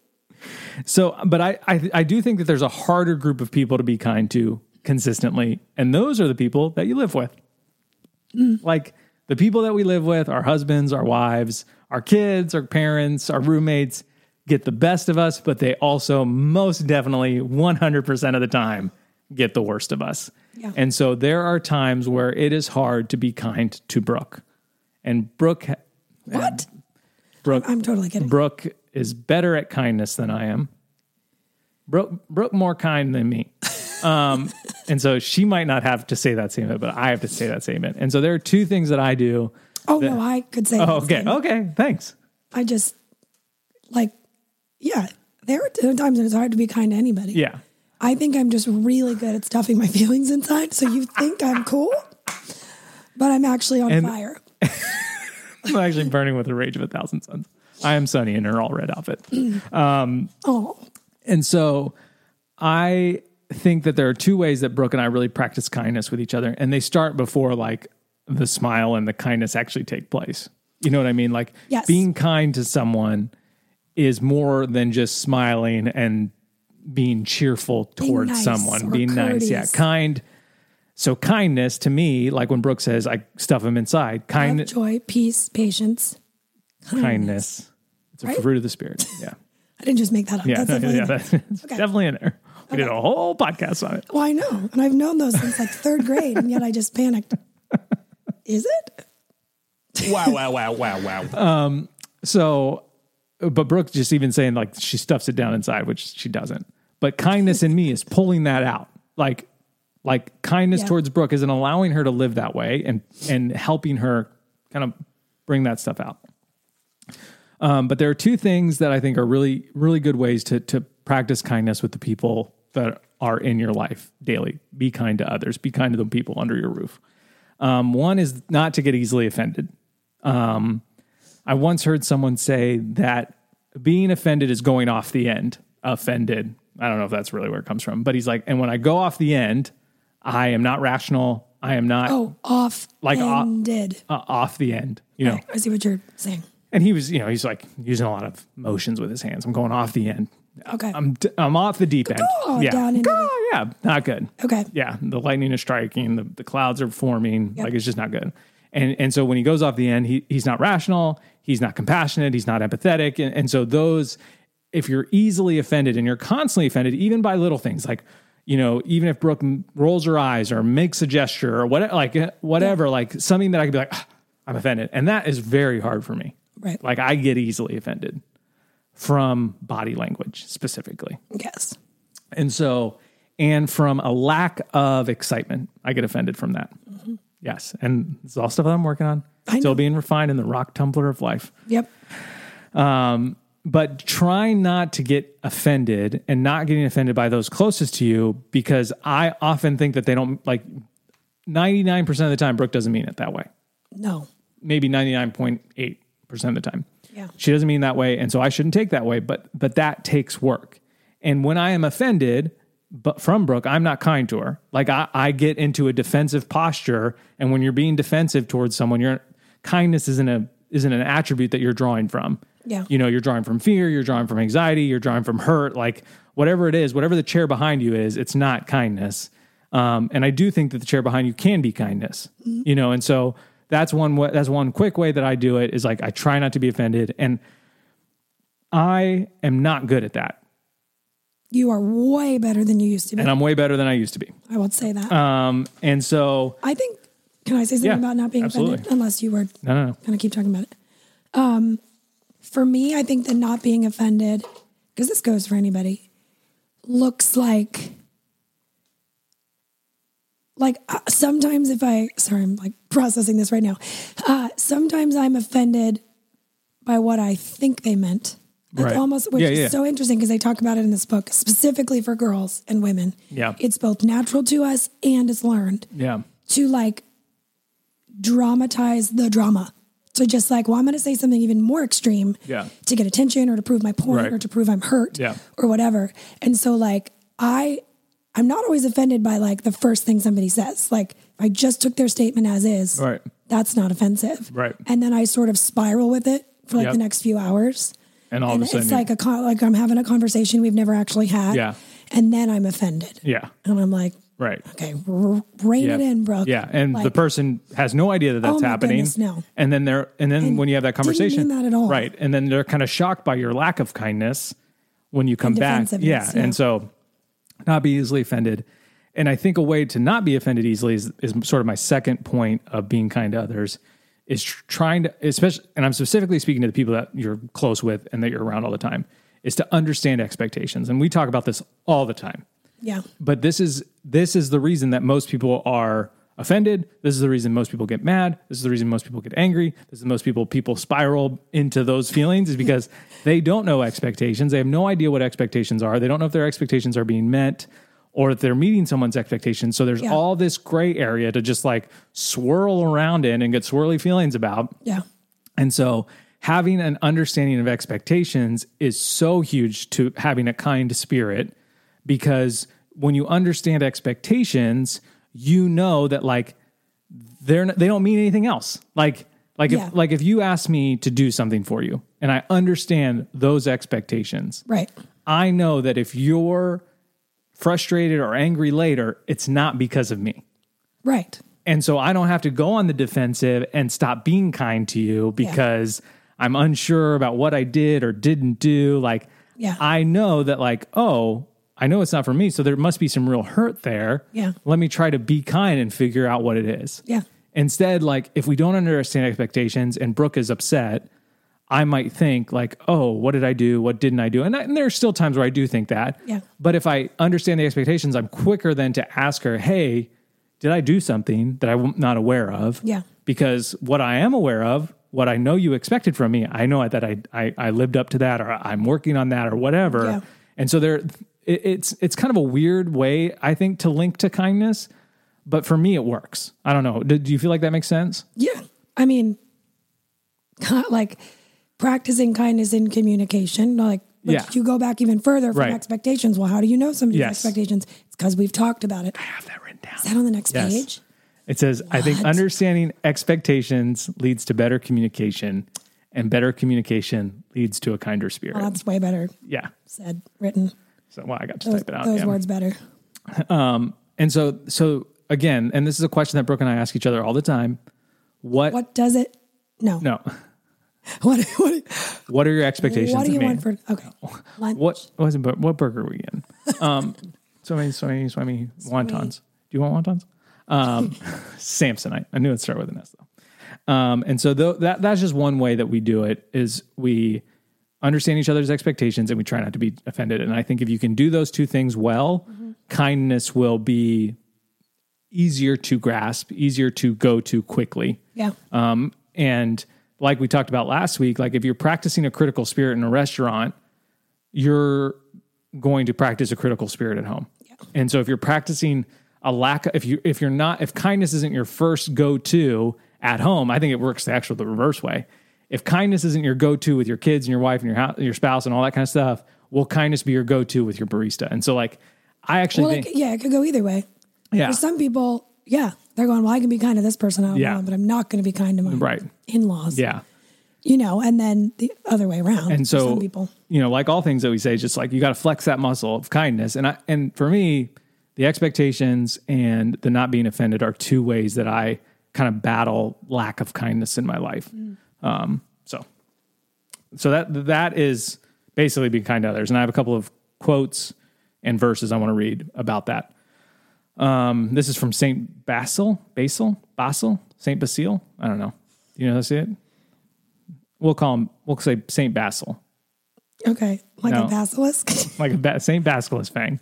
[SPEAKER 1] So, but I, I I do think that there's a harder group of people to be kind to consistently, and those are the people that you live with. Like the people that we live with, our husbands, our wives, our kids, our parents, our roommates get the best of us, but they also most definitely 100% of the time get the worst of us.
[SPEAKER 2] Yeah.
[SPEAKER 1] And so there are times where it is hard to be kind to Brooke. And Brooke
[SPEAKER 2] What?
[SPEAKER 1] Brooke
[SPEAKER 2] I'm totally kidding.
[SPEAKER 1] Brooke is better at kindness than I am. Brooke, Brooke more kind than me. Um, and so she might not have to say that statement, but I have to say that statement. And so there are two things that I do.
[SPEAKER 2] oh, no, I could say that
[SPEAKER 1] Okay.
[SPEAKER 2] statement.
[SPEAKER 1] Okay. Thanks.
[SPEAKER 2] I just, like, yeah, there are times when it's hard to be kind to anybody.
[SPEAKER 1] Yeah.
[SPEAKER 2] I think I'm just really good at stuffing my feelings inside. So you think I'm cool, but I'm actually on
[SPEAKER 1] And-
[SPEAKER 2] fire.
[SPEAKER 1] I'm actually burning with the rage of a thousand suns. I am Sunny in her all red outfit.
[SPEAKER 2] Oh,
[SPEAKER 1] And so I think that there are two ways that Brooke and I really practice kindness with each other. And they start before like the smile and the kindness actually take place. You know what I mean? Like
[SPEAKER 2] Yes.
[SPEAKER 1] being kind to someone is more than just smiling and being cheerful towards
[SPEAKER 2] nice
[SPEAKER 1] someone,
[SPEAKER 2] or
[SPEAKER 1] being nice. Yeah,
[SPEAKER 2] courteous.
[SPEAKER 1] kind. So kindness to me, like when Brooke says, I stuff him inside,
[SPEAKER 2] Love,
[SPEAKER 1] kind,
[SPEAKER 2] joy, peace, patience, kindness.
[SPEAKER 1] kindness. It's a
[SPEAKER 2] Right?
[SPEAKER 1] fruit of the spirit. Yeah.
[SPEAKER 2] I didn't just make that up.
[SPEAKER 1] Yeah.
[SPEAKER 2] That's definitely
[SPEAKER 1] yeah
[SPEAKER 2] in there.
[SPEAKER 1] that's it's definitely in there. We did a whole podcast on it.
[SPEAKER 2] Well, I know, and I've known those since like third grade, and yet I just panicked. Is it?
[SPEAKER 6] Wow, wow, wow, wow, wow.
[SPEAKER 1] Um, So, but Brooke just even saying like she stuffs it down inside, which she doesn't. But kindness in me is pulling that out. Like, like kindness
[SPEAKER 2] Yeah.
[SPEAKER 1] towards Brooke isn't allowing her to live that way and and helping her kind of bring that stuff out. Um, but there are two things that I think are really really good ways to to practice kindness with the people that are in your life daily. Be kind to others. Be kind to the people under your roof. Um, one is not to get easily offended. Um, I once heard someone say that being offended is going off the end. Offended. I don't know if that's really where it comes from, but he's like, and when I go off the end, I am not rational. I am not
[SPEAKER 2] Oh, off
[SPEAKER 1] Like, uh, oh.
[SPEAKER 2] ended.
[SPEAKER 1] uh, off the end, you know.
[SPEAKER 2] I see what you're saying.
[SPEAKER 1] And he was, you know, he's like using a lot of motions with his hands. I'm going off the end.
[SPEAKER 2] Okay.
[SPEAKER 1] I'm d- I'm off the deep end.
[SPEAKER 2] Go
[SPEAKER 1] yeah.
[SPEAKER 2] down into
[SPEAKER 1] Go, yeah. Not good.
[SPEAKER 2] okay.
[SPEAKER 1] Yeah. The lightning is striking. The, the clouds are forming. Like it's just not good. And and so when he goes off the end, he he's not rational. He's not compassionate. He's not empathetic. And, and so those, if you're easily offended and you're constantly offended, even by little things like. You know, even if Brooke m- rolls her eyes or makes a gesture or what, like eh, whatever, like something that I could be like, "Ah, I'm offended, and that is very hard for me.
[SPEAKER 2] Right.
[SPEAKER 1] Like I get easily offended from body language specifically.
[SPEAKER 2] Yes.
[SPEAKER 1] And so, and from a lack of excitement, I get offended from that. Yes. And it's all stuff that I'm working on,
[SPEAKER 2] Mm-hmm. I
[SPEAKER 1] still
[SPEAKER 2] know.
[SPEAKER 1] being refined in the rock tumbler of life.
[SPEAKER 2] Yep.
[SPEAKER 1] But try not to get offended and not getting offended by those closest to you because I often think that they don't like 99% of the time, Brooke doesn't mean it that way.
[SPEAKER 2] No.
[SPEAKER 1] Maybe 99.8% of the time.
[SPEAKER 2] Yeah.
[SPEAKER 1] She doesn't mean that way, and so I shouldn't take that way. But but that takes work. And when I am offended, but from Brooke, I'm not kind to her. Like I, I get into a defensive posture, and when you're being defensive towards someone, your kindness isn't a isn't an attribute that you're drawing from.
[SPEAKER 2] Yeah.
[SPEAKER 1] You know, you're drawing from fear, you're drawing from anxiety, you're drawing from hurt, like whatever it is, whatever the chair behind you is, it's not kindness. Um, and I do think that the chair behind you can be kindness,
[SPEAKER 2] Mm-hmm.
[SPEAKER 1] you know, and so that's one way, that's one quick way that I do it is like I try not to be offended, and I am not good at that,
[SPEAKER 2] You are way better than you used to be.
[SPEAKER 1] and I'm way better than I used to be. Um,
[SPEAKER 2] I will say that.
[SPEAKER 1] And so
[SPEAKER 2] I think. Can I say something
[SPEAKER 1] Yeah,
[SPEAKER 2] about not being offended?
[SPEAKER 1] absolutely.
[SPEAKER 2] Unless you were
[SPEAKER 1] no, no, no.
[SPEAKER 2] kind of keep talking about it. Um, for me, I think that not being offended, because this goes for anybody, looks like like uh, sometimes if I sorry, I'm like processing this right now. Uh, sometimes I'm offended by what I think they meant. Like
[SPEAKER 1] Right.
[SPEAKER 2] almost, which
[SPEAKER 1] Yeah,
[SPEAKER 2] is
[SPEAKER 1] yeah.
[SPEAKER 2] so interesting because they talk about it in this book specifically for girls and women.
[SPEAKER 1] Yeah.
[SPEAKER 2] it's both natural to us and it's learned
[SPEAKER 1] yeah,
[SPEAKER 2] to like dramatize the drama. So just like, well, I'm going to say something even more extreme
[SPEAKER 1] Yeah.
[SPEAKER 2] to get attention or to prove my point
[SPEAKER 1] Right.
[SPEAKER 2] or to prove I'm hurt
[SPEAKER 1] Yeah.
[SPEAKER 2] or whatever. And so like I I'm not always offended by like the first thing somebody says. Like if I just took their statement as is,
[SPEAKER 1] Right.
[SPEAKER 2] that's not offensive.
[SPEAKER 1] Right.
[SPEAKER 2] And then I sort of spiral with it for like
[SPEAKER 1] Yep.
[SPEAKER 2] the next few hours.
[SPEAKER 1] and all
[SPEAKER 2] and
[SPEAKER 1] of a sudden,
[SPEAKER 2] it's
[SPEAKER 1] you-
[SPEAKER 2] like a con- like I'm having a conversation we've never actually had.
[SPEAKER 1] Yeah.
[SPEAKER 2] And then I'm offended.
[SPEAKER 1] yeah,
[SPEAKER 2] And I'm like,
[SPEAKER 1] right.
[SPEAKER 2] okay, r- rein it in, Brooke.
[SPEAKER 1] Yeah, and the
[SPEAKER 2] Like,
[SPEAKER 1] person has no idea that that's
[SPEAKER 2] Oh my
[SPEAKER 1] happening.
[SPEAKER 2] goodness, no.
[SPEAKER 1] And then they're and then when you have that
[SPEAKER 2] didn't mean
[SPEAKER 1] conversation,
[SPEAKER 2] that at all.
[SPEAKER 1] right? And then they're kind of shocked by your lack of kindness when you come
[SPEAKER 2] And
[SPEAKER 1] back. Yeah,
[SPEAKER 2] defensiveness, yeah.
[SPEAKER 1] and so not be easily offended. And I think a way to not be offended easily is, is sort of my second point of being kind to others is tr- trying to especially and I'm specifically speaking to the people that you're close with and that you're around all the time is to understand expectations. And we talk about this all the time
[SPEAKER 2] Yeah.
[SPEAKER 1] but this is this is the reason that most people are offended this is the reason most people get mad this is the reason most people get angry this is the most people people spiral into those feelings is because they don't know expectations they have no idea what expectations are they don't know if their expectations are being met or if they're meeting someone's expectations so there's
[SPEAKER 2] Yeah.
[SPEAKER 1] all this gray area to just like swirl around in and get swirly feelings about
[SPEAKER 2] Yeah.
[SPEAKER 1] and so having an understanding of expectations is so huge to having a kind spirit because when you understand expectations, you know that like they're n- they don't mean anything else. Like like
[SPEAKER 2] Yeah.
[SPEAKER 1] if like if you ask me to do something for you and I understand those expectations,
[SPEAKER 2] Right.
[SPEAKER 1] I know that if you're frustrated or angry later, it's not because of me.
[SPEAKER 2] Right.
[SPEAKER 1] And so I don't have to go on the defensive and stop being kind to you because I'm unsure about what I did or didn't do. Like,
[SPEAKER 2] Yeah.
[SPEAKER 1] I know that, like, oh, I know it's not for me. So there must be some real hurt there.
[SPEAKER 2] Yeah.
[SPEAKER 1] Let me try to be kind and figure out what it is.
[SPEAKER 2] Yeah.
[SPEAKER 1] Instead, like, if we don't understand expectations and Brooke is upset, I might think, like, oh, what did I do? What didn't I do? And, I, and there are still times where I do think that.
[SPEAKER 2] Yeah.
[SPEAKER 1] But if I understand the expectations, I'm quicker than to ask her, hey, did I do something that I'm not aware of?
[SPEAKER 2] Yeah.
[SPEAKER 1] Because what I am aware of, what I know you expected from me, I know that I I, I lived up to that, or I'm working on that, or whatever.
[SPEAKER 2] Yeah.
[SPEAKER 1] And so there, it, it's it's kind of a weird way I think to link to kindness, but for me it works. I don't know. Do, do you feel like that makes sense?
[SPEAKER 2] Yeah. I mean, like practicing kindness in communication, like, which
[SPEAKER 1] Yeah.
[SPEAKER 2] you go back even further from
[SPEAKER 1] Right.
[SPEAKER 2] expectations. Well, how do you know somebody's
[SPEAKER 1] Yes.
[SPEAKER 2] expectations? It's because we've talked about it.
[SPEAKER 1] I have that written down.
[SPEAKER 2] Is that on the next
[SPEAKER 1] Yes.
[SPEAKER 2] page?
[SPEAKER 1] It says, I think
[SPEAKER 2] What?
[SPEAKER 1] understanding expectations leads to better communication, and better communication leads to a kinder spirit.
[SPEAKER 2] Well, Oh, that's way better
[SPEAKER 1] yeah.
[SPEAKER 2] said, written.
[SPEAKER 1] So, well, I got to
[SPEAKER 2] Those,
[SPEAKER 1] type it out.
[SPEAKER 2] those
[SPEAKER 1] yeah.
[SPEAKER 2] words better.
[SPEAKER 1] And so, so again, and this is a question that Brooke and I ask each other all the time. What,
[SPEAKER 2] What does it? No.
[SPEAKER 1] No.
[SPEAKER 2] What, what,
[SPEAKER 1] What are your expectations?
[SPEAKER 2] what do
[SPEAKER 1] of
[SPEAKER 2] you
[SPEAKER 1] me?
[SPEAKER 2] want for? Okay. Lunch.
[SPEAKER 1] what wasn't? But what burger were we in? Um, so many, so many, so many wontons. Do you want wontons? Um, Samsonite. I knew it'd start with an S though. Um, and so tho- that that's just one way that we do it is we understand each other's expectations and we try not to be offended. And I think if you can do those two things well, kindness will be easier to grasp, easier to go to quickly.
[SPEAKER 2] Yeah.
[SPEAKER 1] Um, and like we talked about last week, like if you're practicing a critical spirit in a restaurant, you're going to practice a critical spirit at home. And so if you're practicing a lack if you if you're not if kindness isn't your first go-to at home, I think it works the actual the reverse way. If kindness isn't your go-to with your kids and your wife and your house, your spouse and all that kind of stuff, will kindness be your go-to with your barista? And so like I actually
[SPEAKER 2] Well,
[SPEAKER 1] think
[SPEAKER 2] like, yeah, it could go either way.
[SPEAKER 1] yeah.
[SPEAKER 2] For some people, yeah, they're going, well, I can be kind to this person I don't
[SPEAKER 1] Yeah.
[SPEAKER 2] know, but I'm not going to be kind to my
[SPEAKER 1] Right.
[SPEAKER 2] in-laws.
[SPEAKER 1] yeah.
[SPEAKER 2] You know, and then the other way around.
[SPEAKER 1] And so,
[SPEAKER 2] for some people,
[SPEAKER 1] you know, like all things that we say, just like you got to flex that muscle of kindness. And I, and for me, the expectations and the not being offended are two ways that I kind of battle lack of kindness in my life.
[SPEAKER 2] Mm.
[SPEAKER 1] Um, so, so that that is basically being kind to others. And I have a couple of quotes and verses I want to read about that. Um, this is from Saint Basil, Basil, Basil, Saint Basile. I don't know. You know how to say it? We'll call him. We'll say Saint Basil
[SPEAKER 2] okay, like
[SPEAKER 1] No.
[SPEAKER 2] a basilisk.
[SPEAKER 1] like a ba- Saint Basilisk fang.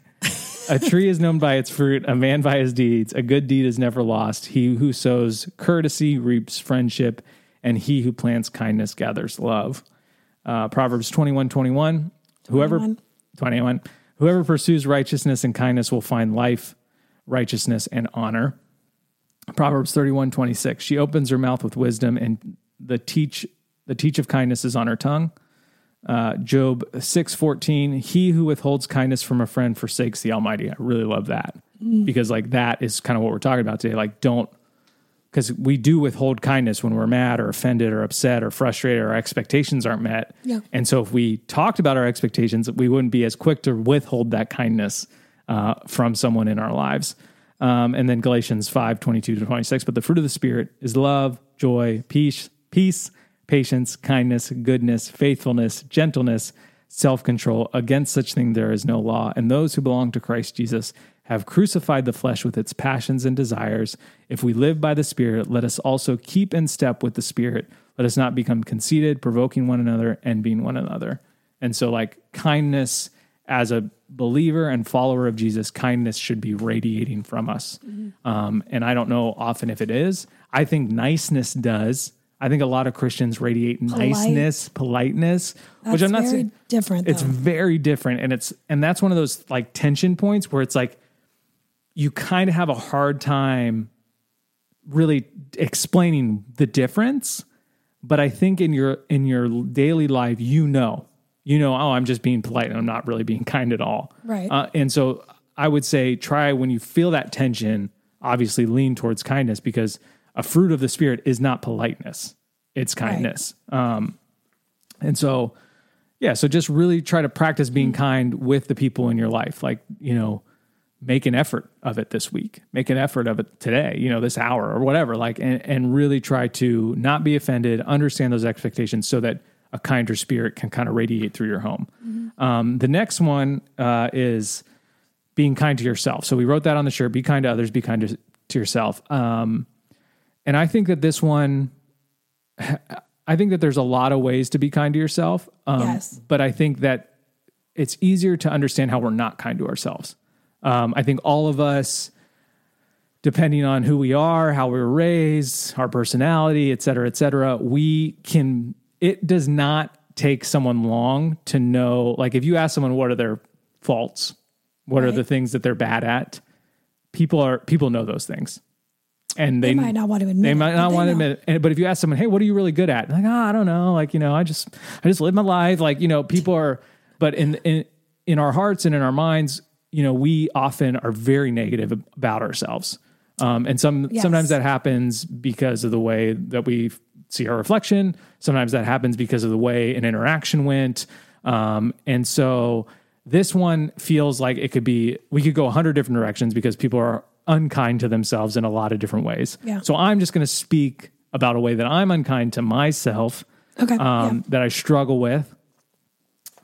[SPEAKER 1] a tree is known by its fruit, a man by his deeds. A good deed is never lost. He who sows courtesy reaps friendship, and he who plants kindness gathers love. Uh, Proverbs twenty one twenty one. Whoever
[SPEAKER 2] 21.
[SPEAKER 1] 21. Whoever pursues righteousness and kindness will find life, righteousness, and honor. Proverbs 31, 26. She opens her mouth with wisdom, and the teach the teach of kindness is on her tongue. Uh, Job 6, 14. He who withholds kindness from a friend forsakes the Almighty. I really love that because, like, that is kind of what we're talking about today. Like, don't because we do withhold kindness when we're mad or offended or upset or frustrated or our expectations aren't met.
[SPEAKER 2] Yeah.
[SPEAKER 1] And so if we talked about our expectations, we wouldn't be as quick to withhold that kindness uh, from someone in our lives. Um, and then Galatians 5, 22 to 26. But the fruit of the Spirit is love, joy, peace, peace, patience, kindness, goodness, faithfulness, gentleness, self-control. Against such thing there is no law. And those who belong to Christ Jesus have crucified the flesh with its passions and desires. If we live by the Spirit, let us also keep in step with the Spirit. Let us not become conceited, provoking one another, envying one another. And so, like kindness as a believer and follower of Jesus, kindness should be radiating from us.
[SPEAKER 2] Mm-hmm.
[SPEAKER 1] Um, and I don't know often if it is. I think niceness does. I think a lot of Christians radiate niceness, politeness, which
[SPEAKER 2] That's
[SPEAKER 1] I'm not
[SPEAKER 2] very
[SPEAKER 1] saying
[SPEAKER 2] different,
[SPEAKER 1] It's
[SPEAKER 2] though.
[SPEAKER 1] very different, and it's and that's one of those like tension points where it's like you kind of have a hard time really explaining the difference but i think in your in your daily life you know you know oh i'm just being polite and i'm not really being kind at all
[SPEAKER 2] Right.
[SPEAKER 1] uh, and so i would say try when you feel that tension obviously lean towards kindness because a fruit of the spirit is not politeness it's kindness um and so yeah, so just really try to practice being kind with the people in your life. Like, you know, make an effort of it this week. Make an effort of it today, you know, this hour or whatever. Like and, and really try to not be offended, understand those expectations so that a kinder spirit can kind of radiate through your home. Um, the next one uh, is being kind to yourself. So we wrote that on the shirt. Be kind to others. Be kind to, to yourself. Um, and I think that this one, I think that there's a lot of ways to be kind to yourself. Um,
[SPEAKER 2] Yes.
[SPEAKER 1] But I think that it's easier to understand how we're not kind to ourselves. Um, I think all of us, depending on who we are, how we were raised, our personality, et cetera, et cetera, we can, it does not take someone long to know. Like if you ask someone, what are their faults? What are the things that they're bad at? People are, people know those things. And they,
[SPEAKER 2] They might not want to admit
[SPEAKER 1] They
[SPEAKER 2] it,
[SPEAKER 1] might
[SPEAKER 2] but
[SPEAKER 1] not
[SPEAKER 2] they
[SPEAKER 1] want to
[SPEAKER 2] know.
[SPEAKER 1] admit it. And- But if you ask someone, hey, what are you really good at? Like, ah, I don't know. Like, you know, I just, I just live my life. Like, you know, people are, but in, in, in our hearts and in our minds, you know, we often are very negative about ourselves. Um, and some,
[SPEAKER 2] Yes.
[SPEAKER 1] sometimes that happens because of the way that we see our reflection. Sometimes that happens because of the way an interaction went. Um, and so this one feels like it could be, we could go a hundred different directions because people are unkind to themselves in a lot of different ways.
[SPEAKER 2] Yeah.
[SPEAKER 1] So I'm just going to speak about a way that I'm unkind to myself
[SPEAKER 2] Okay.
[SPEAKER 1] um, that I struggle with.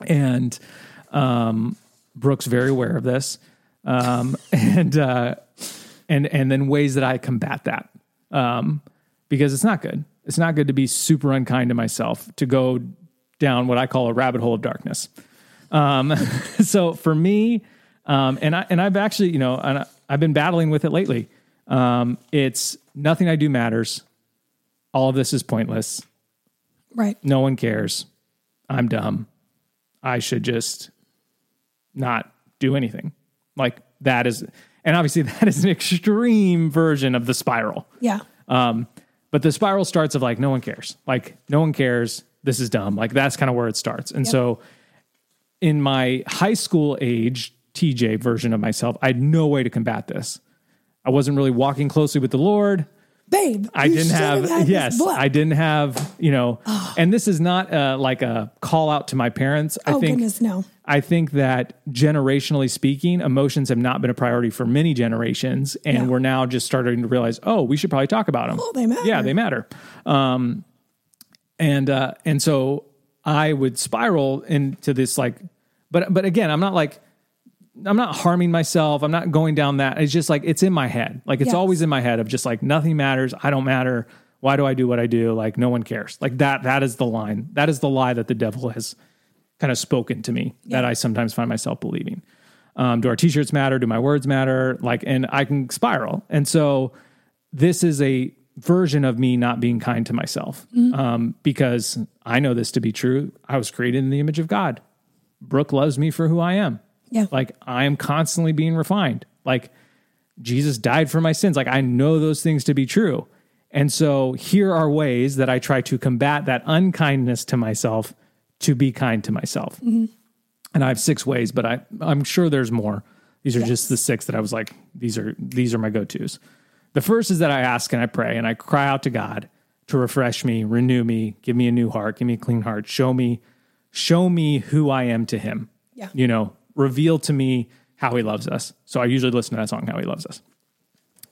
[SPEAKER 1] And um, Brooke's very aware of this. Um, and, uh, and, and then ways that I combat that. Um, because it's not good. It's not good to be super unkind to myself, to go down what I call a rabbit hole of darkness. Um, so for me, um, and I and I've actually, you know, and I, I've been battling with it lately. Um, it's nothing I do matters. All of this is pointless.
[SPEAKER 2] yeah. Right.
[SPEAKER 1] No one cares. I'm dumb. I should just not do anything. Like that is, and obviously that is an extreme version of the spiral.
[SPEAKER 2] Yeah.
[SPEAKER 1] Um, but the spiral starts of like no one cares. Like no one cares. This is dumb. Like that's kind of where it starts. And so in my high school age TJ version of myself, I had no way to combat this. I wasn't really walking closely with the Lord.
[SPEAKER 2] Babe.
[SPEAKER 1] I
[SPEAKER 2] you
[SPEAKER 1] didn't
[SPEAKER 2] should
[SPEAKER 1] have,
[SPEAKER 2] had this
[SPEAKER 1] yes,
[SPEAKER 2] book.
[SPEAKER 1] I didn't have, you know, and this is not uh, like a call out to my parents. I
[SPEAKER 2] Oh,
[SPEAKER 1] think
[SPEAKER 2] goodness, no.
[SPEAKER 1] I think that generationally speaking, emotions have not been a priority for many generations, and
[SPEAKER 2] Yeah.
[SPEAKER 1] we're now just starting to realize, oh, we should probably talk about them.
[SPEAKER 2] Oh, they matter.
[SPEAKER 1] Yeah, they matter. Um, and uh, and so I would spiral into this like, but but again, I'm not like. I'm not harming myself. I'm not going down that. It's just like it's in my head. Like it's
[SPEAKER 2] Yes.
[SPEAKER 1] always in my head of just like nothing matters. I don't matter. Why do I do what I do? Like no one cares. Like that that is the line. That is the lie that the devil has kind of spoken to me that I sometimes find myself believing. Um, do our t-shirts matter? Do my words matter? Like, and I can spiral. And so this is a version of me not being kind to myself um, because I know this to be true. I was created in the image of God. Brooke loves me for who I am.
[SPEAKER 2] Yeah.
[SPEAKER 1] Like I am constantly being refined. Like Jesus died for my sins. Like I know those things to be true. And so here are ways that I try to combat that unkindness to myself to be kind to myself. And I have six ways, but I I'm sure there's more. These are just the six that I was like these are these are my go-tos. The first is that I ask and I pray and I cry out to God to refresh me, renew me, give me a new heart, give me a clean heart, show me show me who I am to him.
[SPEAKER 2] Yeah.
[SPEAKER 1] You know, reveal to me how he loves us. So I usually listen to that song, How He Loves Us.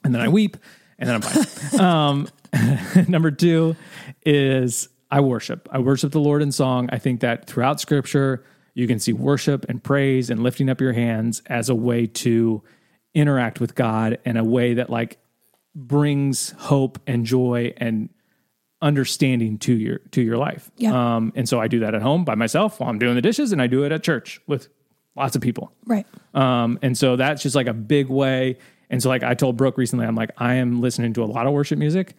[SPEAKER 1] And then I weep and then I'm fine. um, number two is I worship. I worship the Lord in song. I think that throughout scripture, you can see worship and praise and lifting up your hands as a way to interact with God in a way that like brings hope and joy and understanding to your to your life.
[SPEAKER 2] Yeah.
[SPEAKER 1] Um, and so I do that at home by myself while I'm doing the dishes, and I do it at church with lots of people.
[SPEAKER 2] Right.
[SPEAKER 1] Um, and so that's just like a big way. And so like I told Brooke recently, I'm like, I am listening to a lot of worship music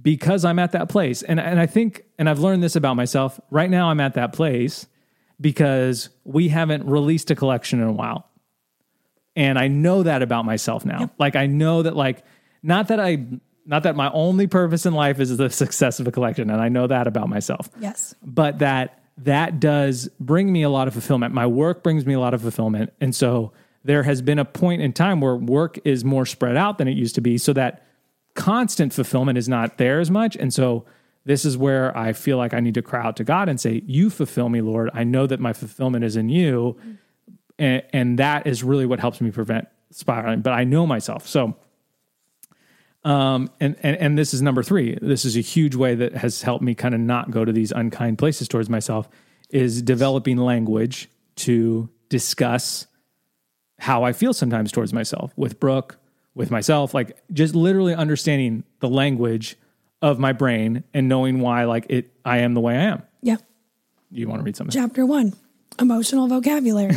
[SPEAKER 1] because I'm at that place. And and I think, and I've learned this about myself, right now I'm at that place because we haven't released a collection in a while. And I know that about myself now. Like I know that like not that I not that my only purpose in life is the success of a collection, and I know that about myself
[SPEAKER 2] Yes.
[SPEAKER 1] but that that does bring me a lot of fulfillment. My work brings me a lot of fulfillment. And so there has been a point in time where work is more spread out than it used to be so that constant fulfillment is not there as much. And so This is where I feel like I need to cry out to God and say, You fulfill me, Lord. I know that my fulfillment is in you. And, and that is really what helps me prevent spiraling. But I know myself. So, um, and, and, and this is number three. This is a huge way that has helped me kind of not go to these unkind places towards myself is developing language to discuss how I feel sometimes towards myself with Brooke, with myself, like just literally understanding the language of my brain and knowing why like it I am the way I am.
[SPEAKER 2] Yeah.
[SPEAKER 1] You want to read something?
[SPEAKER 2] Chapter one emotional vocabulary.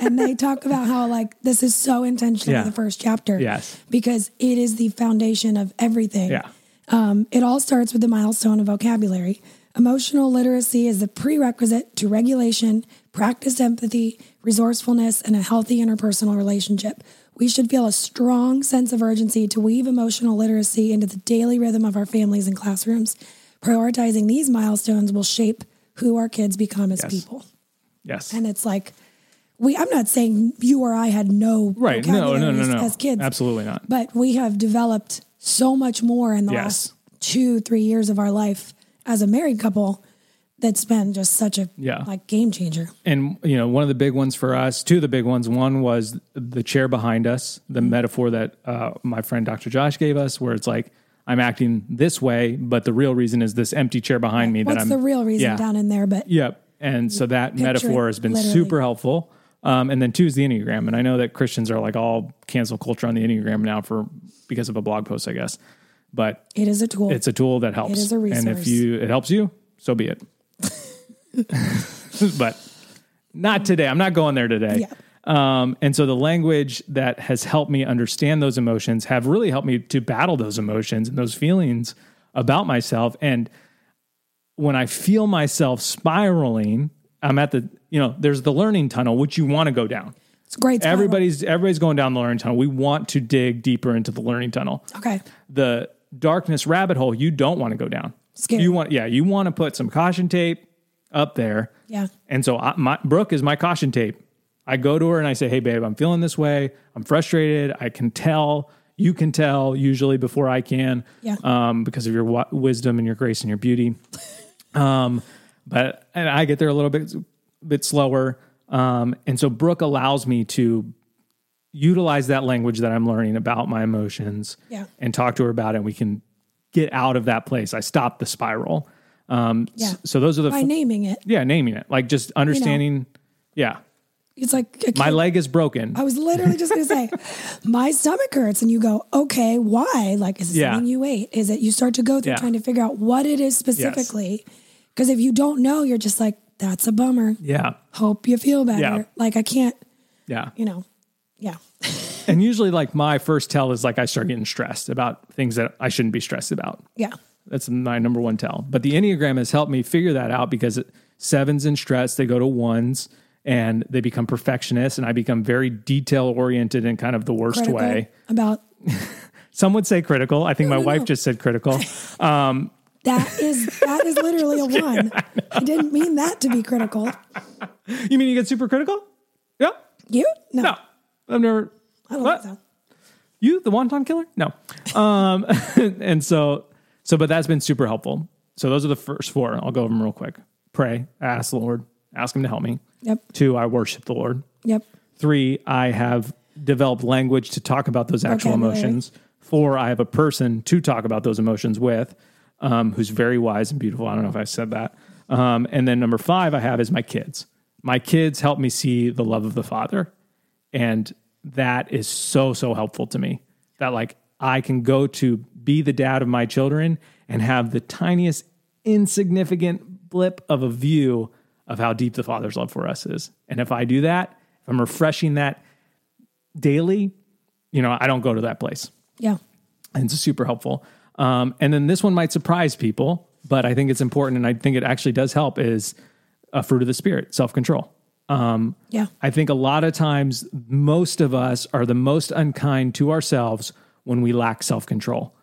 [SPEAKER 2] and they talk about how, like, this is so intentional
[SPEAKER 1] Yeah.
[SPEAKER 2] in the first chapter.
[SPEAKER 1] Yes.
[SPEAKER 2] Because it is the foundation of everything.
[SPEAKER 1] Yeah.
[SPEAKER 2] Um, it all starts with the milestone of vocabulary. Emotional literacy is the prerequisite to regulation, practiced empathy, resourcefulness, and a healthy interpersonal relationship. We should feel a strong sense of urgency to weave emotional literacy into the daily rhythm of our families and classrooms. Prioritizing these milestones will shape who our kids become as
[SPEAKER 1] Yes.
[SPEAKER 2] people.
[SPEAKER 1] Yes.
[SPEAKER 2] And it's like, we, I'm not saying you or I had no
[SPEAKER 1] right. No, no, no,
[SPEAKER 2] vocabularies
[SPEAKER 1] no.
[SPEAKER 2] as kids.
[SPEAKER 1] Absolutely not.
[SPEAKER 2] But we have developed so much more in the
[SPEAKER 1] Yes.
[SPEAKER 2] last two, three years of our life as a married couple that's been just such a
[SPEAKER 1] Yeah.
[SPEAKER 2] like game changer.
[SPEAKER 1] and you know one of the big ones for us two of the big ones one was the chair behind us the
[SPEAKER 2] Mm-hmm.
[SPEAKER 1] metaphor that uh, my friend dr josh gave us where it's like i'm acting this way but the real reason is this empty chair behind me that
[SPEAKER 2] What's
[SPEAKER 1] i'm
[SPEAKER 2] the real reason
[SPEAKER 1] yeah,
[SPEAKER 2] down in there? But
[SPEAKER 1] yep and so that metaphor
[SPEAKER 2] it,
[SPEAKER 1] has been
[SPEAKER 2] literally.
[SPEAKER 1] super helpful um, and then two is the enneagram and i know that christians are like all cancel culture on the enneagram now for because of a blog post i guess but
[SPEAKER 2] it is a tool.
[SPEAKER 1] it's a tool that helps.
[SPEAKER 2] It is a
[SPEAKER 1] And if
[SPEAKER 2] resource.
[SPEAKER 1] you it helps you, so be it. but not today. I'm not going there today.
[SPEAKER 2] Yeah.
[SPEAKER 1] Um, and so the language that has helped me understand those emotions have really helped me to battle those emotions and those feelings about myself. And when I feel myself spiraling, I'm at the you know, there's the learning tunnel, which you want to go down.
[SPEAKER 2] it's a great. spiral.
[SPEAKER 1] Everybody's everybody's going down the learning tunnel. We want to dig deeper into the learning tunnel
[SPEAKER 2] okay.
[SPEAKER 1] the darkness rabbit hole you don't want to go down.
[SPEAKER 2] Scary.
[SPEAKER 1] You want yeah, you want to put some caution tape up there.
[SPEAKER 2] Yeah.
[SPEAKER 1] And so I, my Brooke is my caution tape. I go to her and I say, "Hey babe, I'm feeling this way. I'm frustrated. I can tell. You can tell usually before I can
[SPEAKER 2] Yeah.
[SPEAKER 1] um because of your w- wisdom and your grace and your beauty." um but and I get there a little bit bit slower. Um and so Brooke allows me to utilize that language that I'm learning about my emotions
[SPEAKER 2] Yeah.
[SPEAKER 1] and talk to her about it. And we can get out of that place. I stop the spiral. Um, s-
[SPEAKER 2] Yeah.
[SPEAKER 1] so those are the,
[SPEAKER 2] By
[SPEAKER 1] f-
[SPEAKER 2] naming it,
[SPEAKER 1] yeah, naming it, like just understanding. Yeah.
[SPEAKER 2] it's like a
[SPEAKER 1] My
[SPEAKER 2] kid-
[SPEAKER 1] leg is broken.
[SPEAKER 2] I was literally just going to say, my stomach hurts. And you go, okay, why? Like, is it
[SPEAKER 1] Yeah.
[SPEAKER 2] something you ate? Is it you start to go through
[SPEAKER 1] Yeah.
[SPEAKER 2] trying to figure out what it is specifically? Because if you don't know, you're just like, that's a bummer.
[SPEAKER 1] yeah.
[SPEAKER 2] Hope you feel better.
[SPEAKER 1] Yeah.
[SPEAKER 2] Like, I can't,
[SPEAKER 1] Yeah.
[SPEAKER 2] you know, yeah.
[SPEAKER 1] And usually like my first tell is like, I start getting stressed about things that I shouldn't be stressed about.
[SPEAKER 2] Yeah.
[SPEAKER 1] That's my number one tell. But the Enneagram has helped me figure that out because it- sevens in stress, they go to ones and they become perfectionists. And I become very detail oriented in kind of the worst
[SPEAKER 2] Critical
[SPEAKER 1] way.
[SPEAKER 2] About
[SPEAKER 1] Some would say critical. I think my
[SPEAKER 2] no,
[SPEAKER 1] wife
[SPEAKER 2] no.
[SPEAKER 1] just said critical.
[SPEAKER 2] that is, that is literally a one. I didn't mean that to be critical.
[SPEAKER 1] you mean you get super critical? Yeah.
[SPEAKER 2] You? No.
[SPEAKER 1] No. I've never.
[SPEAKER 2] I don't
[SPEAKER 1] What?
[SPEAKER 2] think so.
[SPEAKER 1] You, the wonton killer? No. Um, and so, so, but that's been super helpful. So those are the first four. I'll go over them real quick. Pray, ask the Lord, ask Him to help me.
[SPEAKER 2] Yep.
[SPEAKER 1] Two, I worship the Lord.
[SPEAKER 2] Yep.
[SPEAKER 1] Three, I have developed language to talk about those actual
[SPEAKER 2] Vocabulary.
[SPEAKER 1] emotions. Four, I have a person to talk about those emotions with um, who's very wise and beautiful. I don't know if I said that. Um, and then number five, I have is my kids. My kids help me see the love of the Father. And that is so, so helpful to me that, like, I can go to be the dad of my children and have the tiniest, insignificant blip of a view of how deep the Father's love for us is. And if I do that, if I'm refreshing that daily, you know, I don't go to that place.
[SPEAKER 2] Yeah.
[SPEAKER 1] And it's super helpful. Um, and then this one might surprise people, but I think it's important and I think it actually does help is a fruit of the spirit, self control.
[SPEAKER 2] Yeah.
[SPEAKER 1] I think a lot of times, most of us are the most unkind to ourselves when we lack self control.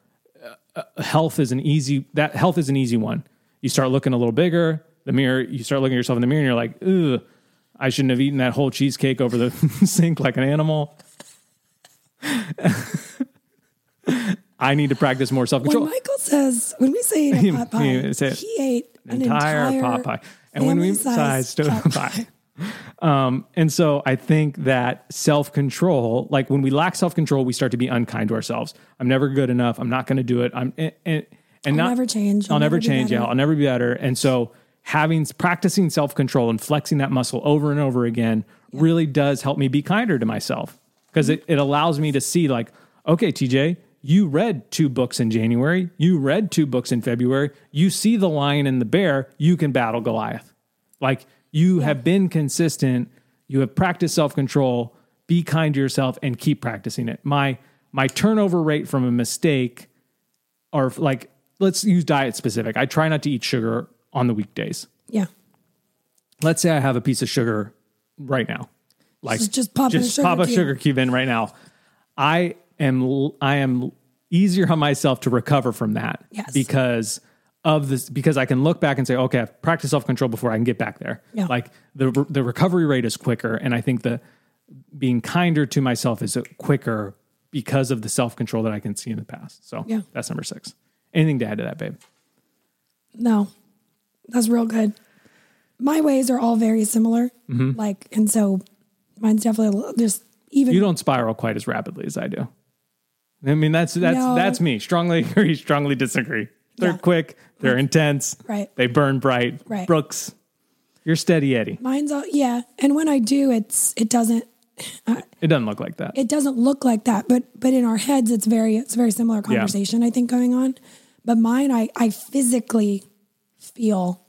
[SPEAKER 1] health is an easy that health is an easy one. You start looking a little bigger, the mirror. You start looking at yourself in the mirror, and you're like, "Ugh, I shouldn't have eaten that whole cheesecake over the sink like an animal." I need to practice more self
[SPEAKER 2] When
[SPEAKER 1] control.
[SPEAKER 2] Michael says when we say he ate a pot pie,
[SPEAKER 1] He- he
[SPEAKER 2] he,
[SPEAKER 1] said
[SPEAKER 2] ate an entire,
[SPEAKER 1] pot pie. And when we
[SPEAKER 2] family-sized
[SPEAKER 1] sized a
[SPEAKER 2] pot
[SPEAKER 1] pie. Um, and so I think that self control, like when we lack self control, we start to be unkind to ourselves. I'm never good enough. I'm not going to do it. I'm and, and, and
[SPEAKER 2] I'll
[SPEAKER 1] not
[SPEAKER 2] never change.
[SPEAKER 1] I'll,
[SPEAKER 2] I'll
[SPEAKER 1] never,
[SPEAKER 2] never be
[SPEAKER 1] change. Yeah,
[SPEAKER 2] better.
[SPEAKER 1] I'll never be better. And so having practicing self control and flexing that muscle over and over again really does help me be kinder to myself because it, it allows me to see like, okay, TJ, you read two books in January, you read two books in February, you see the lion and the bear, you can battle Goliath. Like you have been consistent, you have practiced self-control, be kind to yourself and keep practicing it. My my turnover rate from a mistake or like let's use diet specific. I try not to eat sugar on the weekdays.
[SPEAKER 2] Yeah.
[SPEAKER 1] Let's say I have a piece of sugar right now. Like
[SPEAKER 2] Just- just pop in a sugar
[SPEAKER 1] pop a
[SPEAKER 2] cube.
[SPEAKER 1] sugar cube in right now. I am l- I am easier on myself to recover from that
[SPEAKER 2] Yes.
[SPEAKER 1] because of this because I can look back and say okay, I've practiced self-control before I can get back there.
[SPEAKER 2] Yeah.
[SPEAKER 1] Like the the recovery rate is quicker and I think the being kinder to myself is quicker because of the self-control that I can see in the past. So
[SPEAKER 2] Yeah.
[SPEAKER 1] that's number 6. Anything to add to that, babe?
[SPEAKER 2] No, that's real good. My ways are all very similar.
[SPEAKER 1] Mm-hmm.
[SPEAKER 2] Like, and so mine's definitely a little- just even.
[SPEAKER 1] you don't spiral quite as rapidly as I do. I mean, that's that's
[SPEAKER 2] No.
[SPEAKER 1] that's me. Strongly agree, strongly disagree. They're
[SPEAKER 2] Yeah.
[SPEAKER 1] quick, they're intense,
[SPEAKER 2] Right.
[SPEAKER 1] They burn bright.
[SPEAKER 2] Right.
[SPEAKER 1] Brooks, you're steady Eddie.
[SPEAKER 2] Mine's all yeah, and when I do, it's it doesn't
[SPEAKER 1] It doesn't look like that.
[SPEAKER 2] it doesn't look like that, but but in our heads, it's very it's a very similar conversation I think going on. But mine, I I physically feel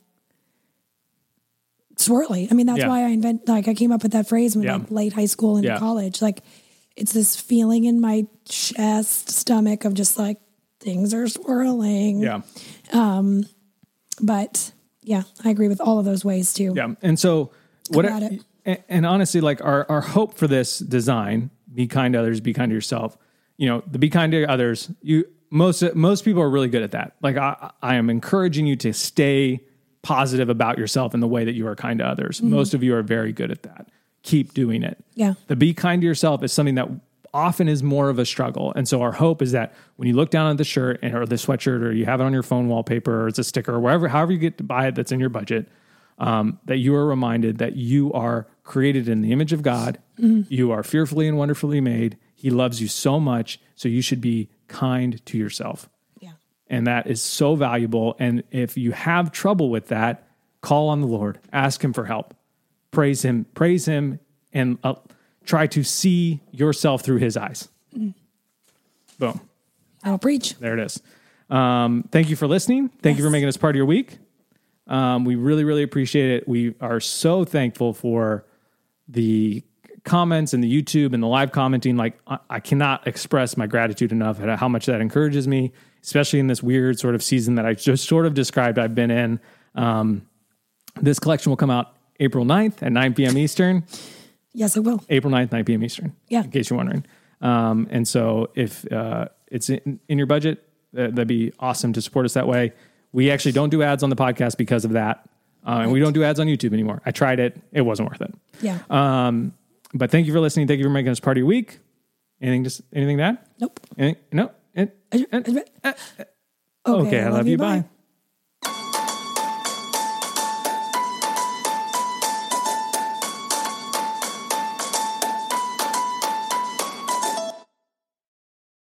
[SPEAKER 2] swirly. I mean, that's
[SPEAKER 1] Yeah.
[SPEAKER 2] why I invent like I came up with that phrase when
[SPEAKER 1] Yeah.
[SPEAKER 2] like late high school and
[SPEAKER 1] Yeah.
[SPEAKER 2] college. Like it's this feeling in my chest, stomach of just like things are swirling.
[SPEAKER 1] yeah.
[SPEAKER 2] But yeah, I agree with all of those ways too.
[SPEAKER 1] Yeah. And so what
[SPEAKER 2] Come at it.
[SPEAKER 1] and, and honestly, like our, our hope for this design, be kind to others, be kind to yourself, you know, the be kind to others, you most most people are really good at that. Like I I am encouraging you to stay positive about yourself in the way that you are kind to others. Most of you are very good at that. Keep doing it.
[SPEAKER 2] Yeah.
[SPEAKER 1] The be kind to yourself is something that often is more of a struggle. And so our hope is that when you look down at the shirt and, or the sweatshirt or you have it on your phone wallpaper or it's a sticker or wherever, however you get to buy it that's in your budget, um, that you are reminded that you are created in the image of God. You are fearfully and wonderfully made. He loves you so much. So you should be kind to yourself.
[SPEAKER 2] Yeah.
[SPEAKER 1] And that is so valuable. And if you have trouble with that, call on the Lord, ask Him for help, praise Him, praise Him, and uh, try to see yourself through His eyes. Boom.
[SPEAKER 2] I'll preach.
[SPEAKER 1] There it is. Um, thank you for listening. Thank you for
[SPEAKER 2] Yes.
[SPEAKER 1] making us part of your week. Um, we really, really appreciate it. We are so thankful for the comments and the YouTube and the live commenting. Like, I, I cannot express my gratitude enough at how much that encourages me, especially in this weird sort of season that I just sort of described I've been in. Um, this collection will come out April 9th at 9 p.m. Eastern.
[SPEAKER 2] Yes, I will.
[SPEAKER 1] April 9th, 9 p.m. Eastern.
[SPEAKER 2] Yeah.
[SPEAKER 1] In case you're wondering. Um, and so if uh, it's in, in your budget, uh, that'd be awesome to support us that way. We actually don't do ads on the podcast because of that. Uh, and we don't do ads on YouTube anymore. I tried it, it wasn't worth it.
[SPEAKER 2] Yeah.
[SPEAKER 1] Um, but thank you for listening. Thank you for making us part of your week. Anything just anything to add?
[SPEAKER 2] nope.
[SPEAKER 1] Anything? No? It- uh,
[SPEAKER 2] Okay,
[SPEAKER 1] okay, I love you. Bye.